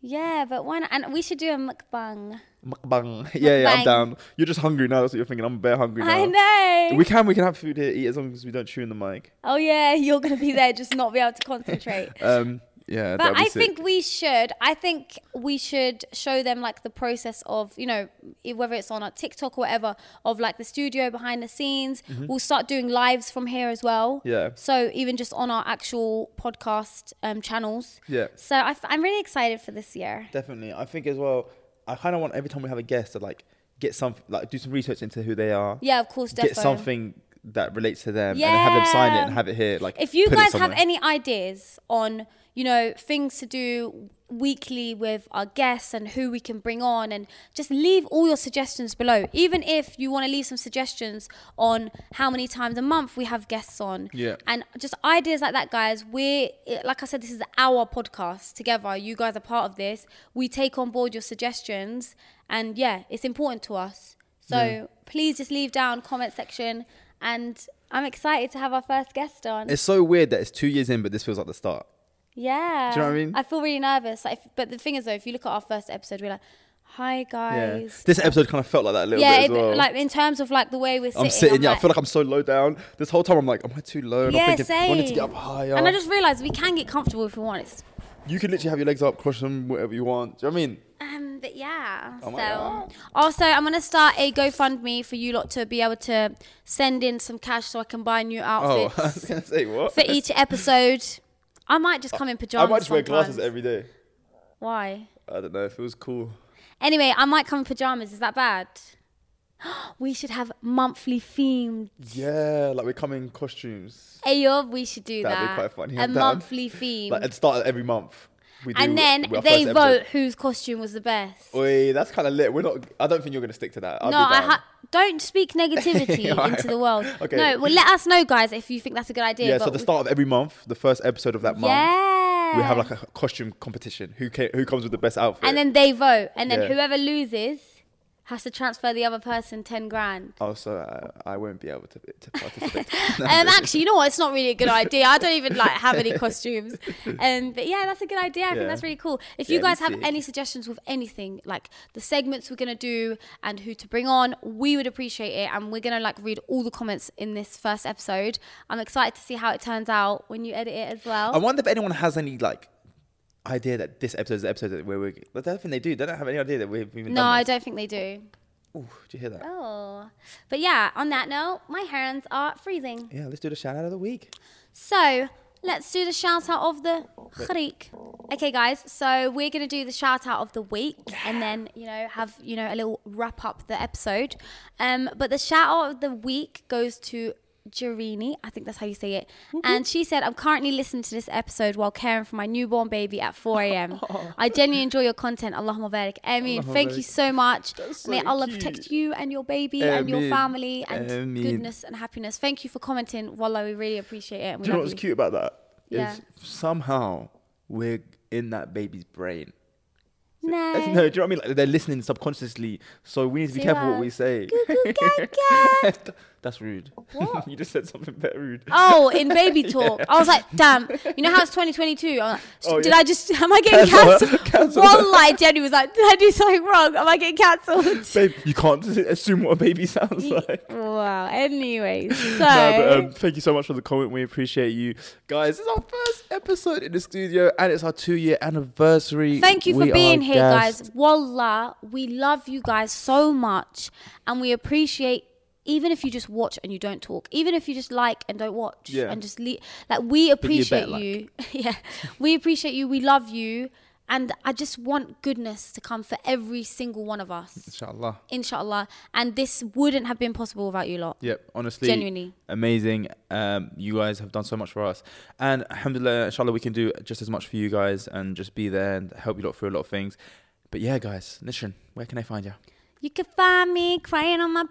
Speaker 2: Yeah, but why not? And we should do a mukbang.
Speaker 1: Mukbang. yeah, yeah,
Speaker 2: Mukbang.
Speaker 1: I'm down. You're just hungry now. That's what you're thinking. I'm bare hungry now.
Speaker 2: I know.
Speaker 1: We can, we can have food here, eat as long as we don't chew in the mic.
Speaker 2: oh yeah, you're gonna be there, just not be able to concentrate.
Speaker 1: Um, Yeah,
Speaker 2: But
Speaker 1: that'd be
Speaker 2: I
Speaker 1: sick.
Speaker 2: think we should. I think we should show them like the process of you know i- whether it's on our TikTok or whatever of like the studio behind the scenes. We'll start doing lives from here as well.
Speaker 1: Mm-hmm. Yeah.
Speaker 2: So even just on our actual podcast um, channels.
Speaker 1: Yeah.
Speaker 2: So I f- I'm really excited for this year.
Speaker 1: Definitely. I think as well, I kind of want every time we have a guest to like get some, like do some research into who they are,
Speaker 2: Yeah, of course,
Speaker 1: get
Speaker 2: defo.
Speaker 1: something that relates to them, and then have them sign it and
Speaker 2: Yeah.
Speaker 1: have it here. Like,
Speaker 2: If you
Speaker 1: put it
Speaker 2: guys have
Speaker 1: somewhere.
Speaker 2: any ideas on, you know, things to do weekly with our guests and who we can bring on and just leave all your suggestions below. Even if you want to leave some suggestions on how many times a month we have guests on.
Speaker 1: Yeah.
Speaker 2: And just ideas like that, guys. We're like I said, this is our podcast together. You guys are part of this. We take on board your suggestions and yeah, it's important to us. So please just leave down comment section and I'm excited to have our first guest on.
Speaker 1: it's so weird that it's two years in, but this feels like the start.
Speaker 2: Yeah.
Speaker 1: Do you know what I mean?
Speaker 2: I feel really nervous. Like, if, but the thing is, though, if you look at our first episode, we're like, "Hi
Speaker 1: Yeah.
Speaker 2: guys."
Speaker 1: This episode kind of felt like that a little
Speaker 2: Yeah,
Speaker 1: bit as
Speaker 2: it-
Speaker 1: well.
Speaker 2: like in terms of like the way we're sitting.
Speaker 1: I'm sitting, yeah,
Speaker 2: like-
Speaker 1: I feel like I'm so low down. This whole time I'm like, am I too low? And
Speaker 2: yeah,
Speaker 1: I'm thinking,
Speaker 2: same.
Speaker 1: I need to get up higher.
Speaker 2: And I just realized we can get comfortable if we want. It's,
Speaker 1: you can literally have your legs up, cross them, whatever you want. Do you know what I mean?
Speaker 2: um, but yeah.
Speaker 1: Oh my
Speaker 2: so
Speaker 1: God.
Speaker 2: also, I'm gonna start a GoFundMe for you lot to be able to send in some cash so I can buy new
Speaker 1: Oh, I
Speaker 2: outfits
Speaker 1: was going to say, what?
Speaker 2: for each episode. I might just come in
Speaker 1: I
Speaker 2: pajamas.
Speaker 1: might just wear glasses
Speaker 2: sometimes.
Speaker 1: every day.
Speaker 2: Why?
Speaker 1: I don't know, it feels cool.
Speaker 2: Anyway, I might come in pajamas. Is that bad? We should have monthly themed.
Speaker 1: Yeah, like we come in costumes.
Speaker 2: Ayo, we should do
Speaker 1: That'd be
Speaker 2: that.
Speaker 1: quite funny,
Speaker 2: A
Speaker 1: I'm down.
Speaker 2: monthly theme.
Speaker 1: Like at start of every month. We
Speaker 2: and
Speaker 1: do
Speaker 2: then
Speaker 1: our first
Speaker 2: they
Speaker 1: episode.
Speaker 2: vote whose costume was the best.
Speaker 1: Oi, that's kind of lit. We're not. I don't think you're gonna stick to that. I'll
Speaker 2: no,
Speaker 1: be
Speaker 2: I
Speaker 1: down.
Speaker 2: ha- don't speak negativity
Speaker 1: Alright.
Speaker 2: into the world.
Speaker 1: Okay.
Speaker 2: No, well, let us know, guys, if you think that's a good idea.
Speaker 1: Yeah.
Speaker 2: but
Speaker 1: So the
Speaker 2: we-
Speaker 1: start of every month, the first episode of that month,
Speaker 2: yeah.
Speaker 1: we have like a costume competition. Who ca- who comes with the best outfit?
Speaker 2: and then they vote, and then
Speaker 1: Yeah.
Speaker 2: whoever loses has to transfer the other person ten grand.
Speaker 1: oh, so I, I won't be able to, to participate.
Speaker 2: Um, actually, you know what? It's not really a good idea. I don't even like have any costumes. Um, but yeah, that's a good idea. I
Speaker 1: Yeah.
Speaker 2: think that's really cool. If
Speaker 1: Yeah,
Speaker 2: you guys
Speaker 1: that's
Speaker 2: have
Speaker 1: it.
Speaker 2: any suggestions with anything, like the segments we're gonna do and who to bring on, we would appreciate it. And we're gonna like read all the comments in this first episode. I'm excited to see how it turns out when you edit it as well.
Speaker 1: I wonder if anyone has any like idea that this episode is the episode that where we. I don't think they do. They don't have any idea that we've even.
Speaker 2: no,
Speaker 1: done
Speaker 2: I
Speaker 1: this.
Speaker 2: don't think they do.
Speaker 1: Ooh, do you hear that?
Speaker 2: Oh, but yeah. On that note, my hands are freezing.
Speaker 1: Yeah, let's do the shout out of the week.
Speaker 2: So let's do the shout out of the week. Okay, guys. So we're gonna do the shout out of the week, and then you know have you know a little wrap up the episode. Um, but the shout out of the week goes to. Jerini, I think that's how you say it.
Speaker 1: Mm-hmm.
Speaker 2: And she said, I'm currently listening to this episode while caring for my newborn baby at 4 a.m. I genuinely enjoy your content. Allahumma barik. Amin.
Speaker 1: Allahumma
Speaker 2: Thank you
Speaker 1: barik.
Speaker 2: so much.
Speaker 1: That's
Speaker 2: May
Speaker 1: so
Speaker 2: Allah
Speaker 1: cute.
Speaker 2: protect you and your baby and your
Speaker 1: Amin.
Speaker 2: family and
Speaker 1: Amin.
Speaker 2: goodness and happiness. Thank you for commenting. Wallah, we really appreciate it. And we
Speaker 1: Do you know
Speaker 2: love
Speaker 1: what's cute about that?
Speaker 2: Yeah.
Speaker 1: Is somehow we're in that baby's brain.
Speaker 2: No.
Speaker 1: No, do you know what I mean? Like they're listening subconsciously, so we need to be
Speaker 2: To
Speaker 1: careful what
Speaker 2: us.
Speaker 1: we say.
Speaker 2: Cuckoo, cuckoo.
Speaker 1: That's rude.
Speaker 2: What?
Speaker 1: you just said something very rude.
Speaker 2: Oh, in baby talk, I was like, "Damn, you know how it's 2022." I'm like,
Speaker 1: Oh,
Speaker 2: "Did
Speaker 1: yeah.
Speaker 2: I just? Am I getting
Speaker 1: Cancel.
Speaker 2: cancelled?"
Speaker 1: Cancel.
Speaker 2: Wallah, Jenny was like, "Did I do something wrong? Am I getting cancelled?"
Speaker 1: Babe, you can't assume what a baby sounds like.
Speaker 2: wow. Anyways, so
Speaker 1: No, but um, thank you so much for the comment. We appreciate you, guys. This is our first episode in the studio, and it's our two-year anniversary.
Speaker 2: Thank you
Speaker 1: We
Speaker 2: for
Speaker 1: are
Speaker 2: being here,
Speaker 1: gassed.
Speaker 2: guys. Wallah, we love you guys so much, and we appreciate even if you just watch and you don't talk, even if you just like and don't watch,
Speaker 1: Yeah.
Speaker 2: and just leave. Like we appreciate
Speaker 1: better like.
Speaker 2: you. yeah, we appreciate you. We love you, and I just want goodness to come for every single one of us,
Speaker 1: Inshallah.
Speaker 2: inshallah. And this wouldn't have been possible without you lot.
Speaker 1: Yep, honestly,
Speaker 2: Genuinely.
Speaker 1: amazing. Um, you guys have done so much for us, and alhamdulillah, inshallah, we can do just as much for you guys and just be there and help you lot through a lot of things. But yeah, guys, Nishan, where can I find you?
Speaker 2: You can find me crying on my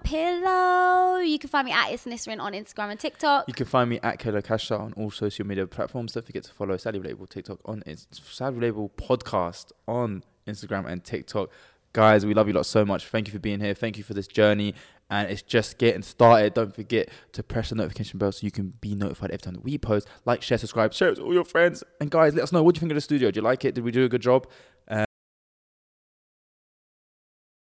Speaker 2: pillow. You can find me at It's Nisrin on Instagram and TikTok.
Speaker 1: You can find me at Kelo Kasha on all social media platforms. Don't forget to follow Sally Label TikTok on its Sally Label podcast on Instagram and TikTok. Guys, we love you lot so much. Thank you for being here. Thank you for this journey. And it's just getting started. Don't forget to press the notification bell so you can be notified every time that we post. Like, share, subscribe, share it with all your friends. And guys, let us know what do you think of the studio. Do you like it? Did we do a good job?